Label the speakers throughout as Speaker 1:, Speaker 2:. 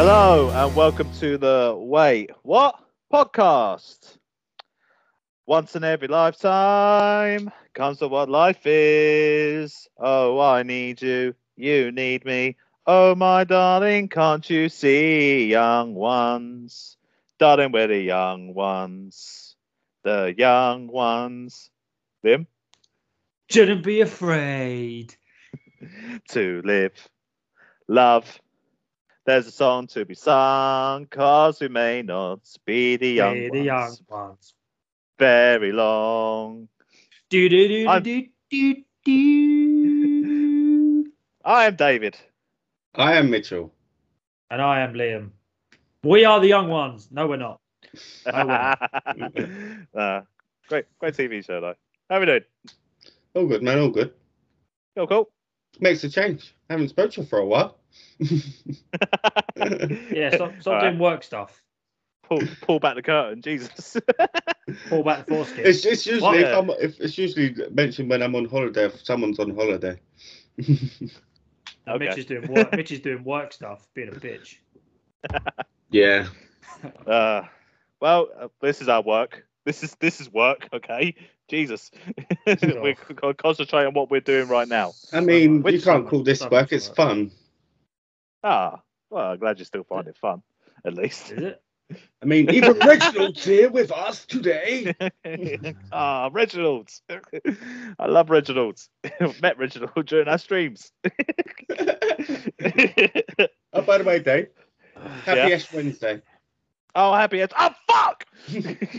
Speaker 1: and welcome to the Wait What podcast. Once in every lifetime comes to what life is. Oh, I need you, you need me. Oh, my darling, can't you see? Young ones, darling, we're the young ones, the young ones. Them
Speaker 2: Shouldn't be afraid.
Speaker 1: to live, love. There's a song to be sung, cause we may not be the young
Speaker 2: We're
Speaker 1: ones.
Speaker 2: the young ones.
Speaker 1: very long.
Speaker 2: Do do do
Speaker 1: I'm-
Speaker 2: do do do.
Speaker 1: I am David.
Speaker 3: I am Mitchell.
Speaker 2: And I am Liam. We are the young ones. No, we're not. Oh, wow.
Speaker 1: Uh, great, great TV show though. How we doing?
Speaker 3: All good, man. All good.
Speaker 1: Cool, cool.
Speaker 3: Makes a change. Haven't spoken to you for a while.
Speaker 2: Yeah, stop, stop
Speaker 1: All
Speaker 2: doing
Speaker 1: right.
Speaker 2: work stuff.
Speaker 1: Pull, pull back the curtain, Jesus.
Speaker 2: Pull back the foreskin.
Speaker 3: it's, it's usually
Speaker 1: What?
Speaker 3: if I'm, if it's usually mentioned when I'm on holiday. If someone's on holiday.
Speaker 2: And Mitch
Speaker 1: okay.
Speaker 2: is doing work. Mitch is doing work stuff, being a bitch.
Speaker 3: yeah.
Speaker 1: uh, well, uh, this is our work. This is this is work. Okay, Jesus. we're c- c- concentrating on what we're doing right now.
Speaker 3: I mean,
Speaker 1: Which
Speaker 3: you can't call this
Speaker 2: summer?
Speaker 3: work. It's fun.
Speaker 1: Ah, well, I'm glad you still find it fun, at least.
Speaker 2: Is it?
Speaker 3: I mean, even Reginald's here with us today.
Speaker 1: ah, Reginald. I love Reginald. Met Reginald during our streams.
Speaker 3: Oh, by the way, Dave. Happy
Speaker 1: Yeah.
Speaker 3: Ash Wednesday.
Speaker 1: oh, happy. It's- oh, fuck!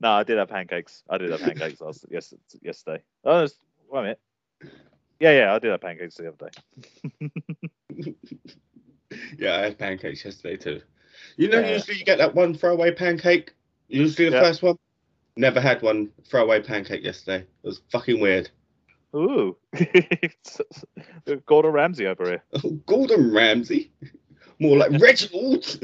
Speaker 1: no, I did have pancakes. I did have pancakes last yes, yesterday. Oh, that's- wait a minute. Yeah, yeah, I did have pancakes the other day.
Speaker 3: Yeah, I had pancakes yesterday too. You know,
Speaker 1: Yeah.
Speaker 3: usually you get that one throwaway pancake. Usually the
Speaker 1: Yeah.
Speaker 3: first one. Never had one throwaway pancake yesterday. It was fucking weird.
Speaker 1: Ooh. Gordon Ramsay over here.
Speaker 3: Gordon Ramsay, more like Reginald.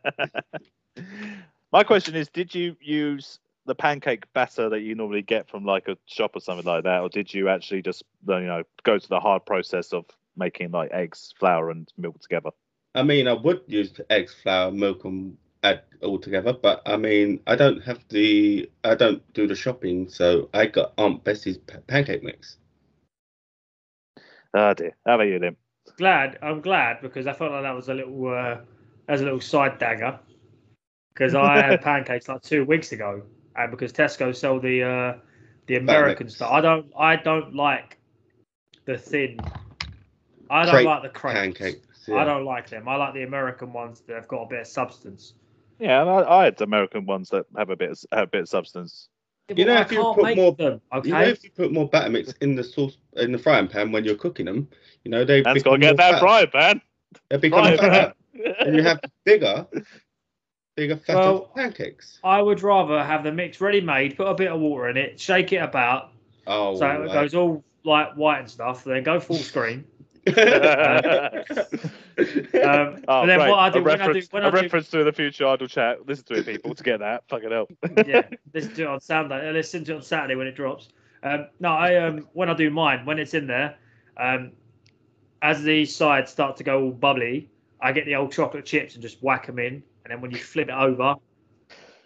Speaker 1: My question is, did you use the pancake batter that you normally get from like a shop or something like that, or did you actually just you know go to the hard process of making like eggs, flour, and milk together?
Speaker 3: I mean, I would use eggs, flour, milk, and add all together, but I mean, I don't have the, I don't do the shopping, so I got Aunt Bessie's pa- pancake mix.
Speaker 1: Ah dear. How about you, Lim?
Speaker 2: Glad. I'm glad because I felt like that was a little, uh, that was a little side dagger. Because I had pancakes like two weeks ago, and because Tesco sell the uh, the American
Speaker 3: mix.
Speaker 2: stuff, I don't, I don't like the thin. I don't
Speaker 3: Crepe
Speaker 2: like the crepes.
Speaker 3: Pancakes.
Speaker 2: I
Speaker 3: yeah.
Speaker 2: don't like them. I like the American ones that have got a bit of substance.
Speaker 1: Yeah, and I, I had American ones that have a bit of, have a bit of substance.
Speaker 3: You know,
Speaker 2: I
Speaker 3: if you
Speaker 2: can't
Speaker 3: put
Speaker 2: make
Speaker 3: more-
Speaker 2: them, okay.
Speaker 3: You know, if you put more batter mix in the sauce in the frying pan when you're cooking them, you know they
Speaker 1: Man's got to
Speaker 3: become
Speaker 1: get
Speaker 3: more
Speaker 1: that frying pan.
Speaker 3: They become
Speaker 1: frying
Speaker 3: fatter, and you have bigger, bigger fatter
Speaker 2: Well,
Speaker 3: pancakes.
Speaker 2: I would rather have the mix ready made, put a bit of water in it, shake it about
Speaker 3: Oh,
Speaker 2: so it goes all like white and stuff, then go full screen. Um,
Speaker 1: Oh,
Speaker 2: and then
Speaker 1: great.
Speaker 2: what I do
Speaker 1: a
Speaker 2: when I do
Speaker 1: reference,
Speaker 2: when
Speaker 1: a
Speaker 2: I do,
Speaker 1: reference to the future idle chat. Listen to it, people, to get that. Fucking hell.
Speaker 2: yeah, listen to it on Sunday. Listen to it on Saturday when it drops. Um, no, I um when I do mine, when it's in there, um, as the sides start to go all bubbly, I get the old chocolate chips and just whack them in, and then when you flip it over,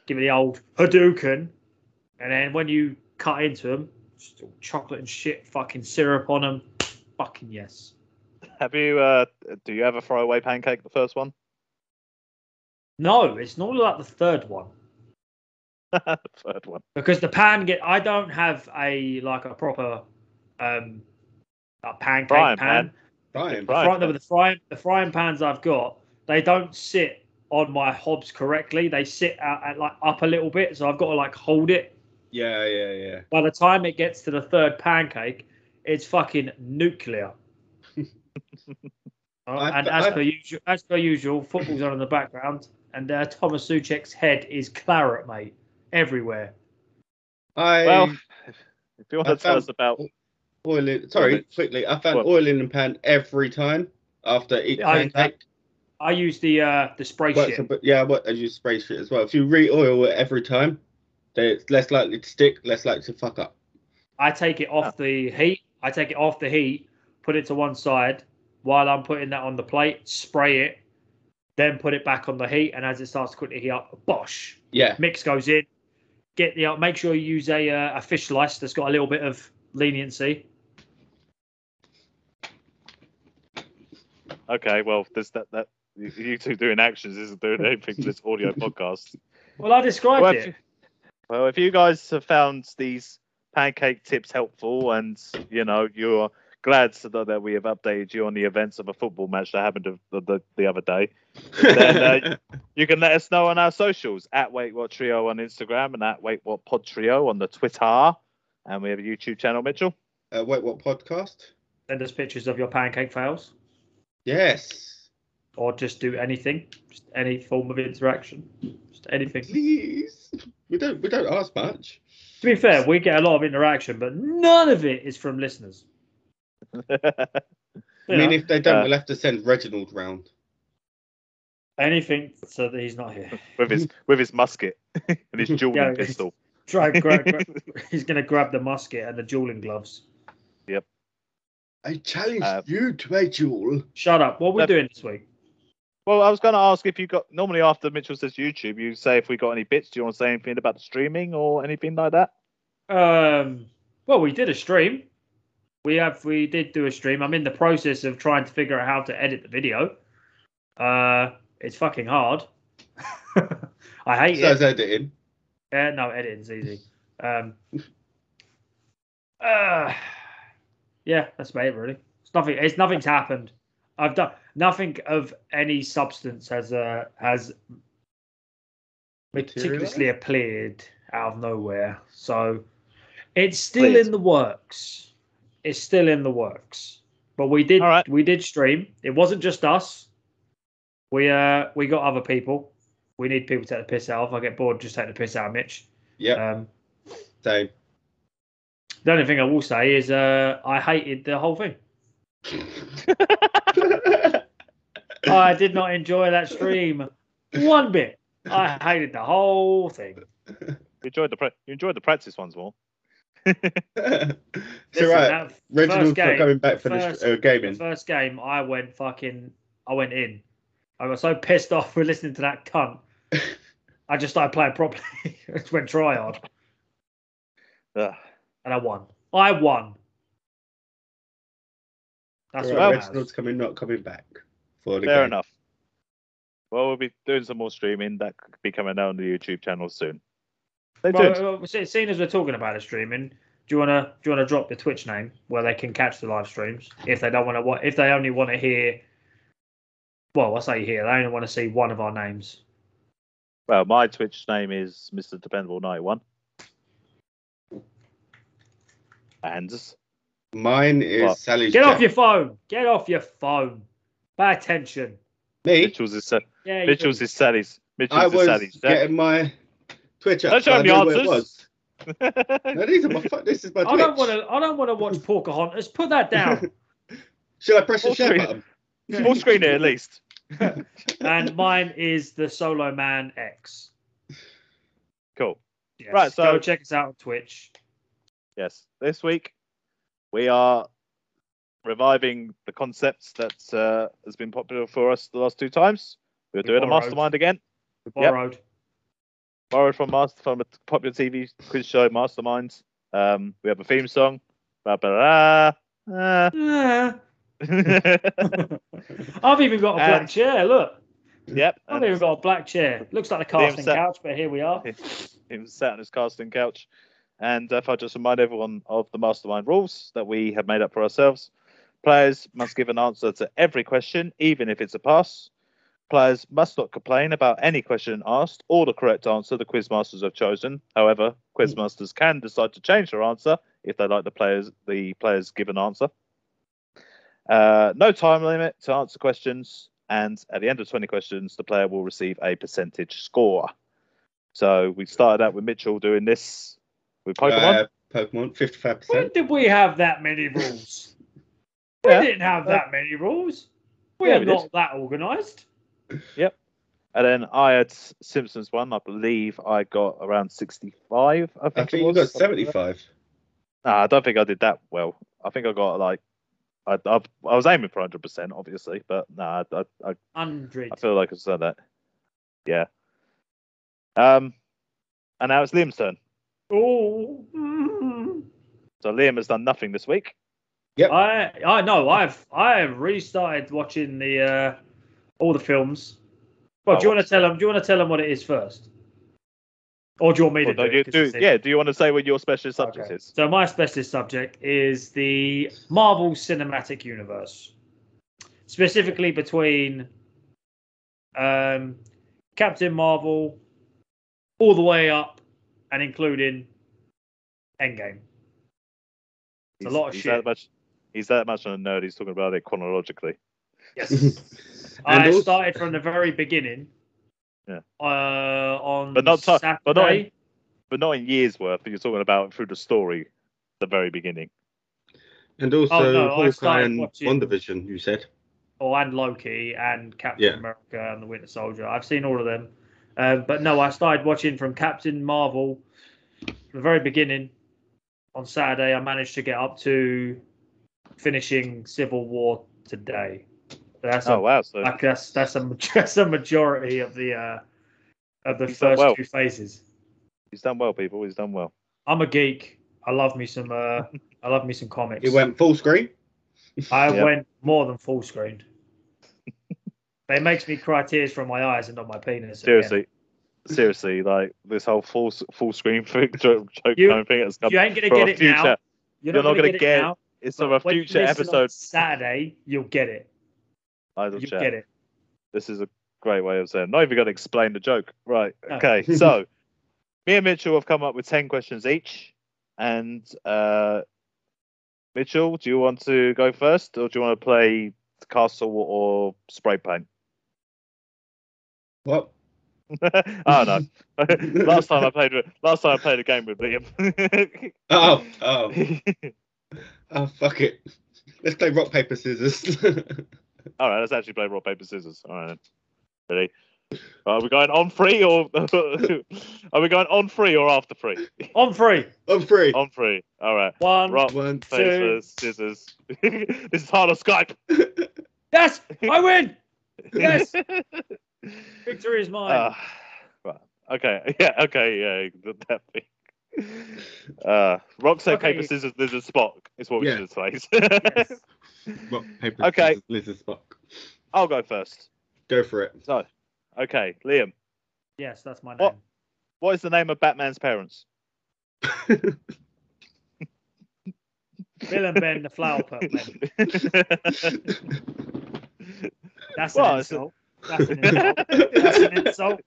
Speaker 2: give it the old Hadouken, and then when you cut into them, just all chocolate and shit, fucking syrup on them, fucking yes.
Speaker 1: Have you? Uh, do you ever fry away pancake? The first one.
Speaker 2: No, it's normally like the third one.
Speaker 1: Third one.
Speaker 2: because the pan get I don't have a like a proper um a pancake
Speaker 1: Frying
Speaker 2: pan.
Speaker 1: pan.
Speaker 3: Frying
Speaker 1: Frying
Speaker 2: The, fry,
Speaker 1: pan.
Speaker 2: the, frying the frying pans I've got, they don't sit on my hobs correctly. They sit at, at like up a little bit, so I've got to like hold it.
Speaker 3: Yeah, yeah, yeah.
Speaker 2: By the time it gets to the third pancake, it's fucking nuclear. Uh, and as
Speaker 3: I-
Speaker 2: per usual, as per usual, football's on in the background, and uh, Thomas Suchek's head is claret, mate, everywhere.
Speaker 3: I
Speaker 1: Well, if you want
Speaker 3: I
Speaker 1: to tell
Speaker 3: found-
Speaker 1: us about,
Speaker 3: oil in. Sorry,
Speaker 1: Well, it's-
Speaker 3: quickly. I found
Speaker 1: well-
Speaker 3: oil in the pan every time after each
Speaker 2: Yeah, I-
Speaker 3: pancake.
Speaker 2: I use the uh, the spray
Speaker 3: Works
Speaker 2: shit.
Speaker 3: a bit, yeah, what I use spray shit as well. If you re-oil it every time, then it's less likely to stick, less likely to fuck up. Oh.
Speaker 2: I take it off the heat. I take it off the heat, put it to one side, While I'm putting that on the plate, spray it, then put it back on the heat, and as it starts to quickly heat up, bosh,
Speaker 3: Yeah.
Speaker 2: mix goes in. Get the make sure you use a uh, a fish slice that's got a little bit of leniency.
Speaker 1: Okay, well, there's that that you- you two doing actions isn't doing anything to this audio podcast.
Speaker 2: Well, I described
Speaker 1: Well, if
Speaker 2: it.
Speaker 1: you- well, if you guys have found these pancake tips helpful, and you know you're glad so that, that we have updated you on the events of a football match that happened the, the, the, other day, Then, uh, you can let us know on our socials at Wait What Trio on Instagram and at Wait What Pod Trio on the Twitter, and we have a YouTube channel, Mitchell.
Speaker 3: uh, wait, what podcast?
Speaker 2: Send us pictures of your pancake fails,
Speaker 3: Yes.
Speaker 2: or just do anything, just any form of interaction, just anything. To
Speaker 3: Please. We don't. We don't ask much.
Speaker 2: be fair, we get a lot of interaction, but none of it is from listeners. You
Speaker 3: I mean,
Speaker 2: know,
Speaker 3: if they don't,
Speaker 1: Uh,
Speaker 3: we'll have to send Reginald round.
Speaker 2: anything so that he's not here.
Speaker 1: with his with his musket and his dueling
Speaker 2: Yeah.
Speaker 1: pistol.
Speaker 2: Try and grab, grab- he's going to grab the musket and the dueling gloves.
Speaker 3: I challenge
Speaker 1: Uh,
Speaker 3: you to a duel.
Speaker 2: Shut up. What we're
Speaker 1: No.
Speaker 2: doing this week?
Speaker 1: Well, I was going to ask if you got normally after Mitchell says YouTube, you say if we got any bits. Do you want to say anything about the streaming or anything like that?
Speaker 2: Um, well, we did a stream. We have we did do a stream. I'm in the process of trying to figure out how to edit the video. Uh, it's fucking hard. I hate
Speaker 3: So
Speaker 2: it.
Speaker 3: it's editing.
Speaker 2: Yeah, Uh, no, editing's easy. Um, uh, yeah, that's about it really. It's nothing. It's nothing's happened. I've done nothing of any substance has uh, has meticulously appeared out of nowhere. So it's still
Speaker 1: Please.
Speaker 2: in the works. It's still in the works. But we did
Speaker 1: All right.
Speaker 2: we did stream. It wasn't just us. We uh we got other people. We need people to take the piss out of. I get bored just take the piss out of Mitch.
Speaker 3: Yep.
Speaker 2: Um,
Speaker 3: Same.
Speaker 2: the only thing I will say is uh I hated the whole thing. I did not enjoy that stream one bit. I hated the whole thing.
Speaker 1: You enjoyed the pra- you enjoyed the practice ones more.
Speaker 3: it's
Speaker 2: Listen,
Speaker 3: alright.
Speaker 2: that
Speaker 3: Reginald's
Speaker 2: first
Speaker 3: not
Speaker 2: game-
Speaker 3: coming back for
Speaker 2: first-
Speaker 3: this uh,
Speaker 2: the
Speaker 3: gaming.
Speaker 2: first game, I went fucking, I went in. I got so pissed off with listening to that cunt. I just started playing properly. I just went try hard
Speaker 1: Ugh.
Speaker 2: and I won. I won. That's
Speaker 3: Alright,
Speaker 2: what
Speaker 3: Reginald's
Speaker 2: matters.
Speaker 3: coming, not coming back for the
Speaker 1: Fair
Speaker 3: game.
Speaker 1: enough. Well, we'll be doing some more streaming that could be coming out on the YouTube channel soon. Stay tuned.
Speaker 2: Well, well, se- seeing as we're talking about a streaming, do you wanna do you wanna drop the Twitch name where they can catch the live streams if they don't wanna wa- if they only want to hear. Well, I say here they only want to see one of our names.
Speaker 1: Well, my Twitch name is Mr. Dependable Ninety One. And
Speaker 3: Mine is
Speaker 1: What?
Speaker 3: Sally's.
Speaker 2: Get off
Speaker 3: Jack.
Speaker 2: your phone. Get off your phone. Pay attention.
Speaker 3: Me.
Speaker 1: Mitchell's is Sa-
Speaker 2: Yeah, you
Speaker 1: Mitchell's
Speaker 2: do.
Speaker 1: is Sally's.
Speaker 3: I
Speaker 1: Mitchell's is
Speaker 3: was
Speaker 1: Sally's. Jack.
Speaker 3: getting my Twitch up.
Speaker 1: Don't show
Speaker 3: but I
Speaker 1: him the
Speaker 3: know where it
Speaker 1: answers.
Speaker 3: was. No, these are my. fu- This is my Twitch.
Speaker 2: I don't want to. I don't want to watch Pocahontas. Put that down.
Speaker 3: Should I press the
Speaker 1: Full
Speaker 3: share
Speaker 1: screen.
Speaker 3: button?
Speaker 1: Full screen it at least.
Speaker 2: and mine is the Solo Man X.
Speaker 1: Cool.
Speaker 2: Yes.
Speaker 1: Right, so-
Speaker 2: go check us out on Twitch.
Speaker 1: Yes. This week we are reviving the concepts that uh, has been popular for us the last two times. We're
Speaker 2: We
Speaker 1: doing a
Speaker 2: borrowed.
Speaker 1: mastermind again,
Speaker 2: We borrowed.
Speaker 1: borrowed from master from a popular TV quiz show, Masterminds. Um, we have a theme song. Ba ba da. Ah.
Speaker 2: Ah. I've even got a
Speaker 1: And-
Speaker 2: black chair. Look,
Speaker 1: yep.
Speaker 2: I've
Speaker 1: and
Speaker 2: even got a black chair. Looks like the casting
Speaker 1: set.
Speaker 2: couch, but here we are.
Speaker 1: He was sat on his casting couch. And if I just remind everyone of the mastermind rules that we have made up for ourselves, players must give an answer to every question, even if it's a pass. Players must not complain about any question asked or the correct answer the quizmasters have chosen. However, quizmasters can decide to change their answer if they like the players the players given answer. Uh, no time limit to answer questions, and at the end of 20 questions, the player will receive a percentage score. So we started out with Mitchell doing this with Pokemon.
Speaker 3: Uh, Pokemon, fifty-five
Speaker 2: When
Speaker 3: percent.
Speaker 2: did we have that many rules? we
Speaker 1: Yeah.
Speaker 2: didn't have that many rules. We
Speaker 1: Yeah,
Speaker 2: are
Speaker 1: we did.
Speaker 2: not that organised.
Speaker 1: and then I had S- Simpsons one. I believe I got around 65. I think,
Speaker 3: I
Speaker 1: it
Speaker 3: think you
Speaker 1: was, something like
Speaker 3: got
Speaker 1: that.
Speaker 3: seventy-five.
Speaker 1: No, I don't think I did that well. I think I got like I, I, I was aiming for 100%, obviously, but no, I, I, I,
Speaker 2: Hundred.
Speaker 1: I feel like I said that. Yeah. Um, and now it's Liam's turn.
Speaker 2: Oh. mm.
Speaker 1: So Liam has done nothing this week.
Speaker 2: I I know I've I have restarted watching the uh, all the films. Well, do you
Speaker 1: Oh,
Speaker 2: want to tell them? Do you want to tell them what it is first, or do you want me
Speaker 1: Well,
Speaker 2: to
Speaker 1: no,
Speaker 2: do,
Speaker 1: you
Speaker 2: it? 'Cause
Speaker 1: do,
Speaker 2: it's in-
Speaker 1: yeah, do you want to say what your specialist subject
Speaker 2: Okay.
Speaker 1: is?
Speaker 2: So my specialist subject is the Marvel Cinematic Universe, specifically between um, Captain Marvel, all the way up, and including Endgame. It's a
Speaker 1: He's-
Speaker 2: lot of
Speaker 1: he's
Speaker 2: shit.
Speaker 1: That much, he's that much of a nerd. He's talking about it chronologically.
Speaker 2: Yes.
Speaker 3: And
Speaker 2: I
Speaker 3: also-
Speaker 2: started from the very beginning.
Speaker 1: Yeah.
Speaker 2: Uh, on
Speaker 1: But not so-
Speaker 2: Saturday.
Speaker 1: but not in- But not in years worth, but you're talking about through the story, the very beginning.
Speaker 3: And also
Speaker 2: Oh, no, I
Speaker 3: Hawkeye
Speaker 2: started
Speaker 3: and
Speaker 2: watching-
Speaker 3: WandaVision, you said.
Speaker 2: Oh, and Loki and Captain
Speaker 3: Yeah.
Speaker 2: America and the Winter Soldier. I've seen all of them. Um, but no, I started watching from Captain Marvel from the very beginning on Saturday. I managed to get up to finishing Civil War today. That's
Speaker 1: oh,
Speaker 2: a,
Speaker 1: wow. So
Speaker 2: like that's that's a that's a majority of the uh, of the
Speaker 1: You've done
Speaker 2: first
Speaker 1: well.
Speaker 2: two phases.
Speaker 1: he's done well, people. He's done well.
Speaker 2: I'm a geek. I love me some uh, I love me some comics.
Speaker 3: It went full screen.
Speaker 2: I
Speaker 1: Yep.
Speaker 2: went more than full screen. it makes me cry tears from my eyes and not my penis. again.
Speaker 1: Seriously. Seriously, like this whole full s- full screen thing, joke, joke
Speaker 2: You-
Speaker 1: kind of thing has come
Speaker 2: you ain't gonna
Speaker 1: from
Speaker 2: get
Speaker 1: a
Speaker 2: it now.
Speaker 1: future.
Speaker 2: You're,
Speaker 1: You're
Speaker 2: not gonna, get, it
Speaker 1: get
Speaker 2: now.
Speaker 1: It's
Speaker 2: but
Speaker 1: from a
Speaker 2: when you
Speaker 1: future
Speaker 2: listen on
Speaker 1: episode.
Speaker 2: Saturday, you'll get it.
Speaker 1: Idle
Speaker 2: You'll
Speaker 1: chat.
Speaker 2: get it.
Speaker 1: This is a great way of saying. Not even going to explain the joke, right?
Speaker 2: No.
Speaker 1: Okay, so me and Mitchell have come up with ten questions each, and uh, Mitchell, do you want to go first, or do you want to play castle or spray paint?
Speaker 3: What?
Speaker 1: oh no! last time I played with, last time I played a game with Liam.
Speaker 3: Oh, oh, oh, fuck it. Let's play rock, paper, scissors.
Speaker 1: All right, let's actually play rock paper scissors. All right, then. ready? Are we going on free or are we going on free or after free?
Speaker 2: On three.
Speaker 3: I'm free.
Speaker 1: On free. All right.
Speaker 2: One.
Speaker 1: Rock,
Speaker 3: One.
Speaker 1: paper, scissors. this is hard on Skype.
Speaker 2: Yes, I win. Yes,
Speaker 1: Ah,
Speaker 2: victory is mine.
Speaker 1: right. Okay. Yeah. Okay. Yeah. That thing. Uh, rock, said
Speaker 2: Okay.
Speaker 1: paper, scissors, lizard, Spock. Is what we
Speaker 3: Yeah.
Speaker 1: should say.
Speaker 2: yes.
Speaker 3: Rock, paper,
Speaker 1: Okay.
Speaker 3: scissors, lizard, Spock.
Speaker 1: I'll go first.
Speaker 3: Go for it.
Speaker 1: So, okay, Liam,
Speaker 2: Yes, that's my name.
Speaker 1: What? what is the name of Batman's parents?
Speaker 2: Bill and Ben, the flower pup. men. That's an
Speaker 1: Well, it's a-
Speaker 2: insult. That's an insult. That's an insult.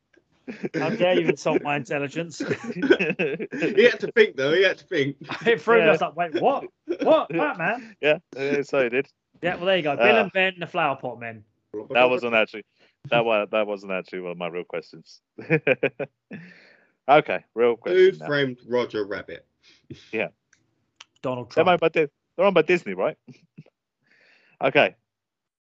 Speaker 2: How dare you insult my intelligence?
Speaker 3: He had to think though. He had to think.
Speaker 2: it threw me. I
Speaker 1: Yeah.
Speaker 2: was like, wait, what? What? Batman?
Speaker 1: yeah, yeah, so he did.
Speaker 2: Yeah, well, there you go. Bill
Speaker 1: Ah.
Speaker 2: and Ben, the flower pot men.
Speaker 1: That wasn't actually that was that wasn't actually one of my real questions. okay, real
Speaker 3: Who
Speaker 1: question. now.
Speaker 3: framed Roger Rabbit?
Speaker 2: Donald
Speaker 1: They're
Speaker 2: Trump.
Speaker 1: owned by Di- they're owned by Disney, right? okay.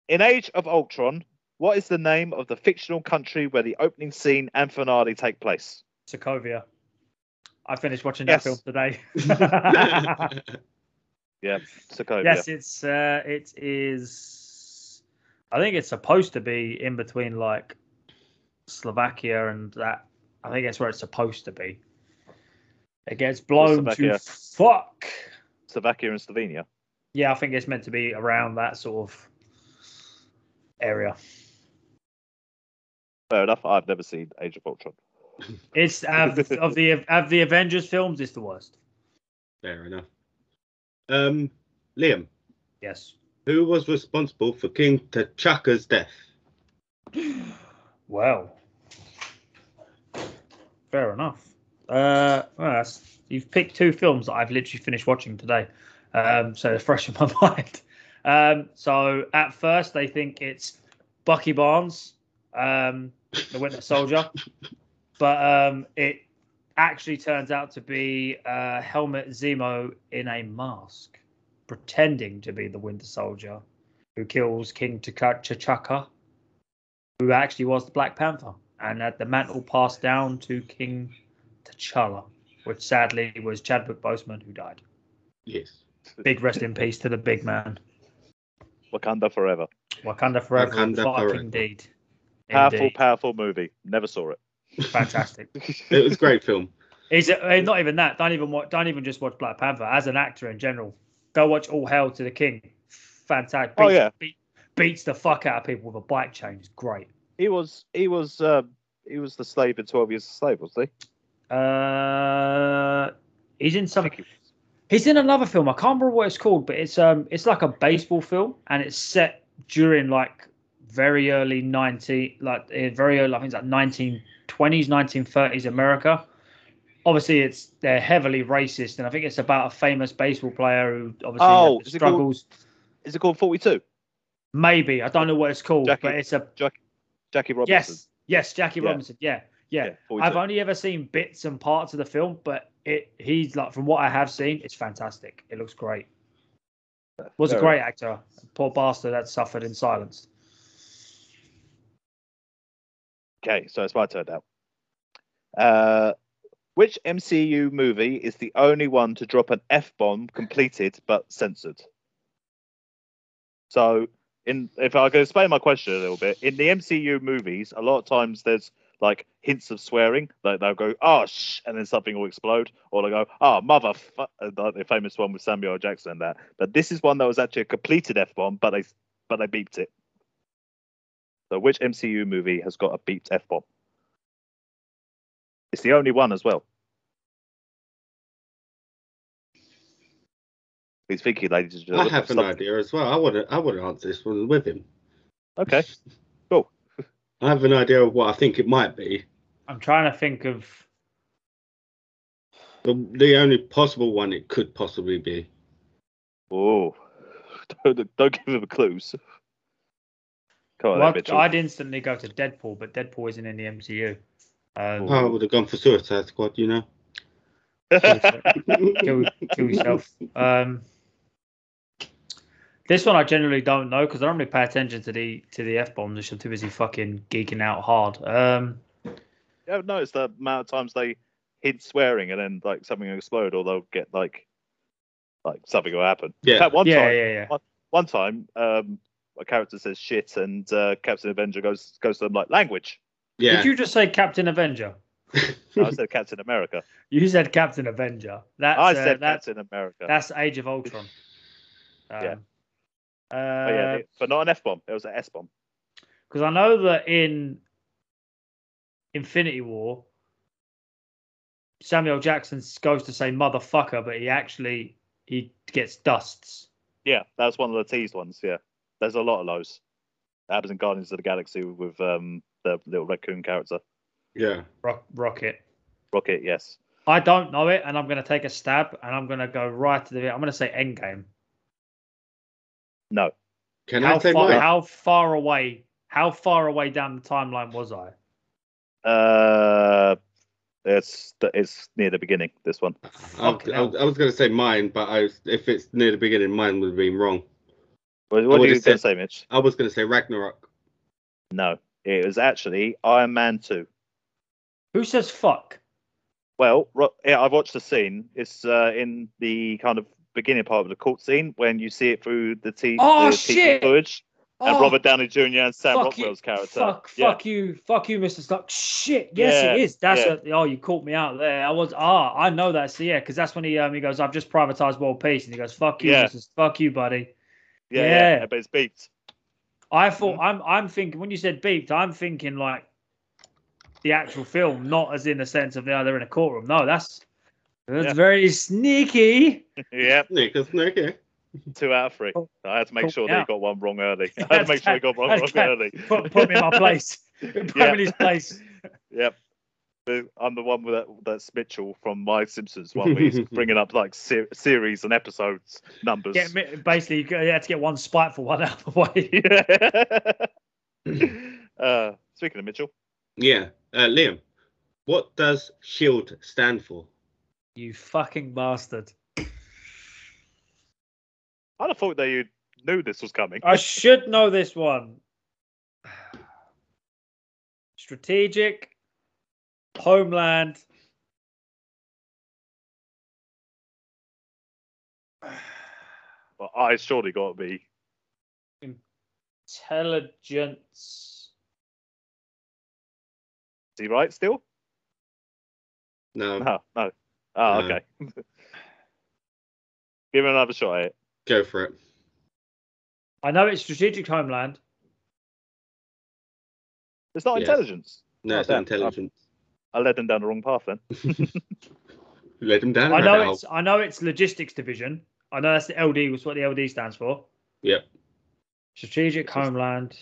Speaker 1: In Age of Ultron, what is the name of the fictional country where the opening scene and finale take place?
Speaker 2: Sokovia. I finished watching
Speaker 1: Yes.
Speaker 2: that film today.
Speaker 1: Sokovia.
Speaker 2: yes, it's uh, it is. I think it's supposed to be in between like Slovakia and that. I think that's where it's supposed to be. It gets blown
Speaker 1: Slovakia.
Speaker 2: to fuck.
Speaker 1: Slovakia and Slovenia.
Speaker 2: Yeah, I think it's meant to be around that sort of area.
Speaker 1: Fair enough. I've never seen Age of Ultron.
Speaker 2: It's of, of the of the Avengers films. It's the worst.
Speaker 3: Fair enough. Um, Liam,
Speaker 2: Yes.
Speaker 3: who was responsible for King T'Chaka's death?
Speaker 2: Well, fair enough. Uh, well, that's, you've picked two films that I've literally finished watching today, um, so they're fresh in my mind. Um, so at first they think it's Bucky Barnes, um, the Winter Soldier, but um, it actually turns out to be uh, Helmet Zemo in a mask, pretending to be the Winter Soldier, who kills King T'Chaka who actually was the Black Panther, and had the mantle passed down to King T'Challa, which sadly was Chadwick Boseman who died.
Speaker 3: Yes.
Speaker 2: Big rest in peace to the big man.
Speaker 1: Wakanda Forever.
Speaker 2: Wakanda Forever.
Speaker 3: Wakanda
Speaker 2: fuck
Speaker 3: Forever.
Speaker 2: Indeed.
Speaker 1: Powerful,
Speaker 2: Indeed.
Speaker 1: powerful movie. Never saw it.
Speaker 2: Fantastic.
Speaker 3: It was a great film.
Speaker 2: Is it eh, not even that? Don't even watch. Don't even just watch Black Panther. As an actor in general, go watch All Hail to the King. Fantastic.
Speaker 1: Oh, yeah.
Speaker 2: beat- beats the fuck out of people with a bike chain. It's great.
Speaker 1: He was he was uh, he was the slave in Twelve Years a Slave, was he?
Speaker 2: Uh, he's in
Speaker 1: I
Speaker 2: something.
Speaker 1: think he was.
Speaker 2: He's in another film. I can't remember what it's called, but it's um, it's like a baseball film, and it's set during like very early ninety, like eh, very early. I think it's like nineteen twenties, nineteen thirties America. Obviously, it's they're heavily racist, and I think it's about a famous baseball player who obviously
Speaker 1: Oh,
Speaker 2: had
Speaker 1: is it called-
Speaker 2: struggles.
Speaker 1: Is it called Forty Two?
Speaker 2: Maybe I don't know what it's called,
Speaker 1: Jackie
Speaker 2: but it's a
Speaker 1: Jackie Robinson.
Speaker 2: yes, yes, Jackie
Speaker 1: Yeah.
Speaker 2: Robinson. Yeah, yeah.
Speaker 1: Yeah, 42.
Speaker 2: I've only ever seen bits and parts of the film, but it he's like from what I have seen, it's fantastic. It looks great. Was a
Speaker 1: Fair
Speaker 2: great actor. Poor bastard that suffered in silence.
Speaker 1: Okay, so it's my turn now. Uh, which MCU movie is the only one to drop an F bomb completed but censored? So, in if I can explain my question a little bit, in the MCU movies, a lot of times there's like hints of swearing, like they'll go "oh shh" and then something will explode, or they'll go "oh mother," like the famous one with Samuel L. Jackson and that. But this is one that was actually a completed F bomb, but they but they beeped it. So, which MCU movie has got a beeped F bomb? It's the only one as well. He's thinking, ladies and
Speaker 3: I
Speaker 1: gentlemen.
Speaker 3: have an
Speaker 1: Stop-
Speaker 3: idea as well. I would I would answer this one with him.
Speaker 1: Okay.
Speaker 3: I have an idea of what I think it might be.
Speaker 2: I'm trying to think of
Speaker 3: The, the only possible one it could possibly be.
Speaker 1: Oh, don't, don't give him clues. Come on,
Speaker 2: well,
Speaker 1: then, Mitchell.
Speaker 2: I'd instantly go to Deadpool, but Deadpool isn't in the MCU. Um,
Speaker 3: I would have gone for Suicide Squad, you know.
Speaker 2: kill, kill yourself. Um, this one I generally don't know because I don't really pay attention to the to the f bombs. I'm too busy fucking geeking out hard. Um,
Speaker 1: You ever noticed the amount of times they hid swearing and then like something will explode or they'll get like like something will happen. In
Speaker 3: Yeah.
Speaker 1: fact, one
Speaker 2: yeah,
Speaker 1: time,
Speaker 2: yeah, yeah.
Speaker 1: one time, um, a character says shit and uh, Captain Avenger goes goes to them like language.
Speaker 3: yeah.
Speaker 2: Did you just say Captain Avenger?
Speaker 1: I said Captain America.
Speaker 2: You said Captain Avenger. That's
Speaker 1: I
Speaker 2: uh,
Speaker 1: said
Speaker 2: that's
Speaker 1: Captain America.
Speaker 2: that's Age of Ultron. Um,
Speaker 1: Yeah.
Speaker 2: Uh,
Speaker 1: but, yeah, they- but not an F bomb. It was an S bomb.
Speaker 2: because I know that in Infinity War, Samuel Jackson goes to say motherfucker, but he actually he gets dusts.
Speaker 1: Yeah, that was one of the teased ones. Yeah, there's a lot of those. That happens in Guardians of the Galaxy with um, the little raccoon character,
Speaker 3: yeah.
Speaker 2: Rock, rocket.
Speaker 1: Rocket. Yes.
Speaker 2: I don't know it, and I'm going to take a stab, and I'm going to go right to the. I'm going to say Endgame.
Speaker 1: No.
Speaker 3: Can I
Speaker 2: How
Speaker 3: say
Speaker 2: far,
Speaker 3: mine?
Speaker 2: how far away? How far away down the timeline was I?
Speaker 1: Uh, it's it's near the beginning. This one.
Speaker 3: I,
Speaker 2: Fuck
Speaker 3: I, I was going to say mine, but I was, if it's near the beginning, mine would have been wrong.
Speaker 1: What, what
Speaker 3: would
Speaker 1: do you
Speaker 3: have said-
Speaker 1: think, say, Mitch?
Speaker 3: I was going to say Ragnarok.
Speaker 1: No, it was actually Iron Man two.
Speaker 2: Who says fuck?
Speaker 1: Well, ro- yeah, I've watched the scene. It's uh, in the kind of beginning part of the court scene when you see it through the T.
Speaker 2: Oh,
Speaker 1: the TV
Speaker 2: shit!
Speaker 1: Footage, and
Speaker 2: Oh,
Speaker 1: Robert Downey Jr. and Sam
Speaker 2: fuck you-
Speaker 1: Rockwell's character.
Speaker 2: Fuck,
Speaker 1: Yeah.
Speaker 2: fuck you, fuck you, Mister Stark. Shit, yes, it
Speaker 1: Yeah,
Speaker 2: is. That's
Speaker 1: yeah.
Speaker 2: a, oh, you caught me out there. I was ah, I know that's yeah, because that's when he um he goes, I've just privatized world peace, and he goes, fuck you,
Speaker 1: Yeah.
Speaker 2: Mr. fuck you, buddy.
Speaker 1: Yeah, yeah,
Speaker 2: Yeah.
Speaker 1: but it's beeped.
Speaker 2: I thought I'm I'm thinking when you said beeped, I'm thinking like the actual film, not as in the sense of now they're in a courtroom. No, that's that's
Speaker 1: Yeah.
Speaker 2: very sneaky.
Speaker 1: yeah,
Speaker 3: Nick, it's okay.
Speaker 1: two out of three.
Speaker 2: Oh,
Speaker 1: I had to make
Speaker 2: cool,
Speaker 1: sure
Speaker 2: yeah.
Speaker 1: they got one wrong early.
Speaker 2: Yeah,
Speaker 1: I had to make sure they got one
Speaker 2: that's
Speaker 1: wrong
Speaker 2: ca-
Speaker 1: early.
Speaker 2: Put, put me in my place. Put
Speaker 1: Yeah.
Speaker 2: me in his place.
Speaker 1: Yep. The- I'm the one with that, that's Mitchell from My Simpsons one where he's bringing up like ser- series and episodes numbers.
Speaker 2: Get mi- basically you had to get one spiteful one out of the way.
Speaker 1: uh, speaking of Mitchell,
Speaker 3: Yeah. Uh, Liam, what does SHIELD E stand for?
Speaker 2: You fucking bastard.
Speaker 1: I'd have thought that you knew this was coming.
Speaker 2: I should know this one. Strategic, Homeland.
Speaker 1: But I surely got to be
Speaker 2: intelligence.
Speaker 1: Is he right still?
Speaker 3: No,
Speaker 1: No, no. Oh,
Speaker 3: No.
Speaker 1: okay. Give him another shot at it.
Speaker 3: go for it.
Speaker 2: I know it's strategic homeland.
Speaker 1: It's not
Speaker 3: Yes.
Speaker 1: intelligence.
Speaker 3: No,
Speaker 1: Oh,
Speaker 3: it's not
Speaker 1: damn.
Speaker 3: intelligent.
Speaker 1: I led them down the wrong path then.
Speaker 3: Let him down.
Speaker 2: I
Speaker 3: Rabbit
Speaker 2: know
Speaker 3: hole.
Speaker 2: it's I know it's logistics division. I know that's the LD. Was what the LD stands for.
Speaker 3: Yep.
Speaker 2: Strategic
Speaker 1: It's just-
Speaker 2: homeland.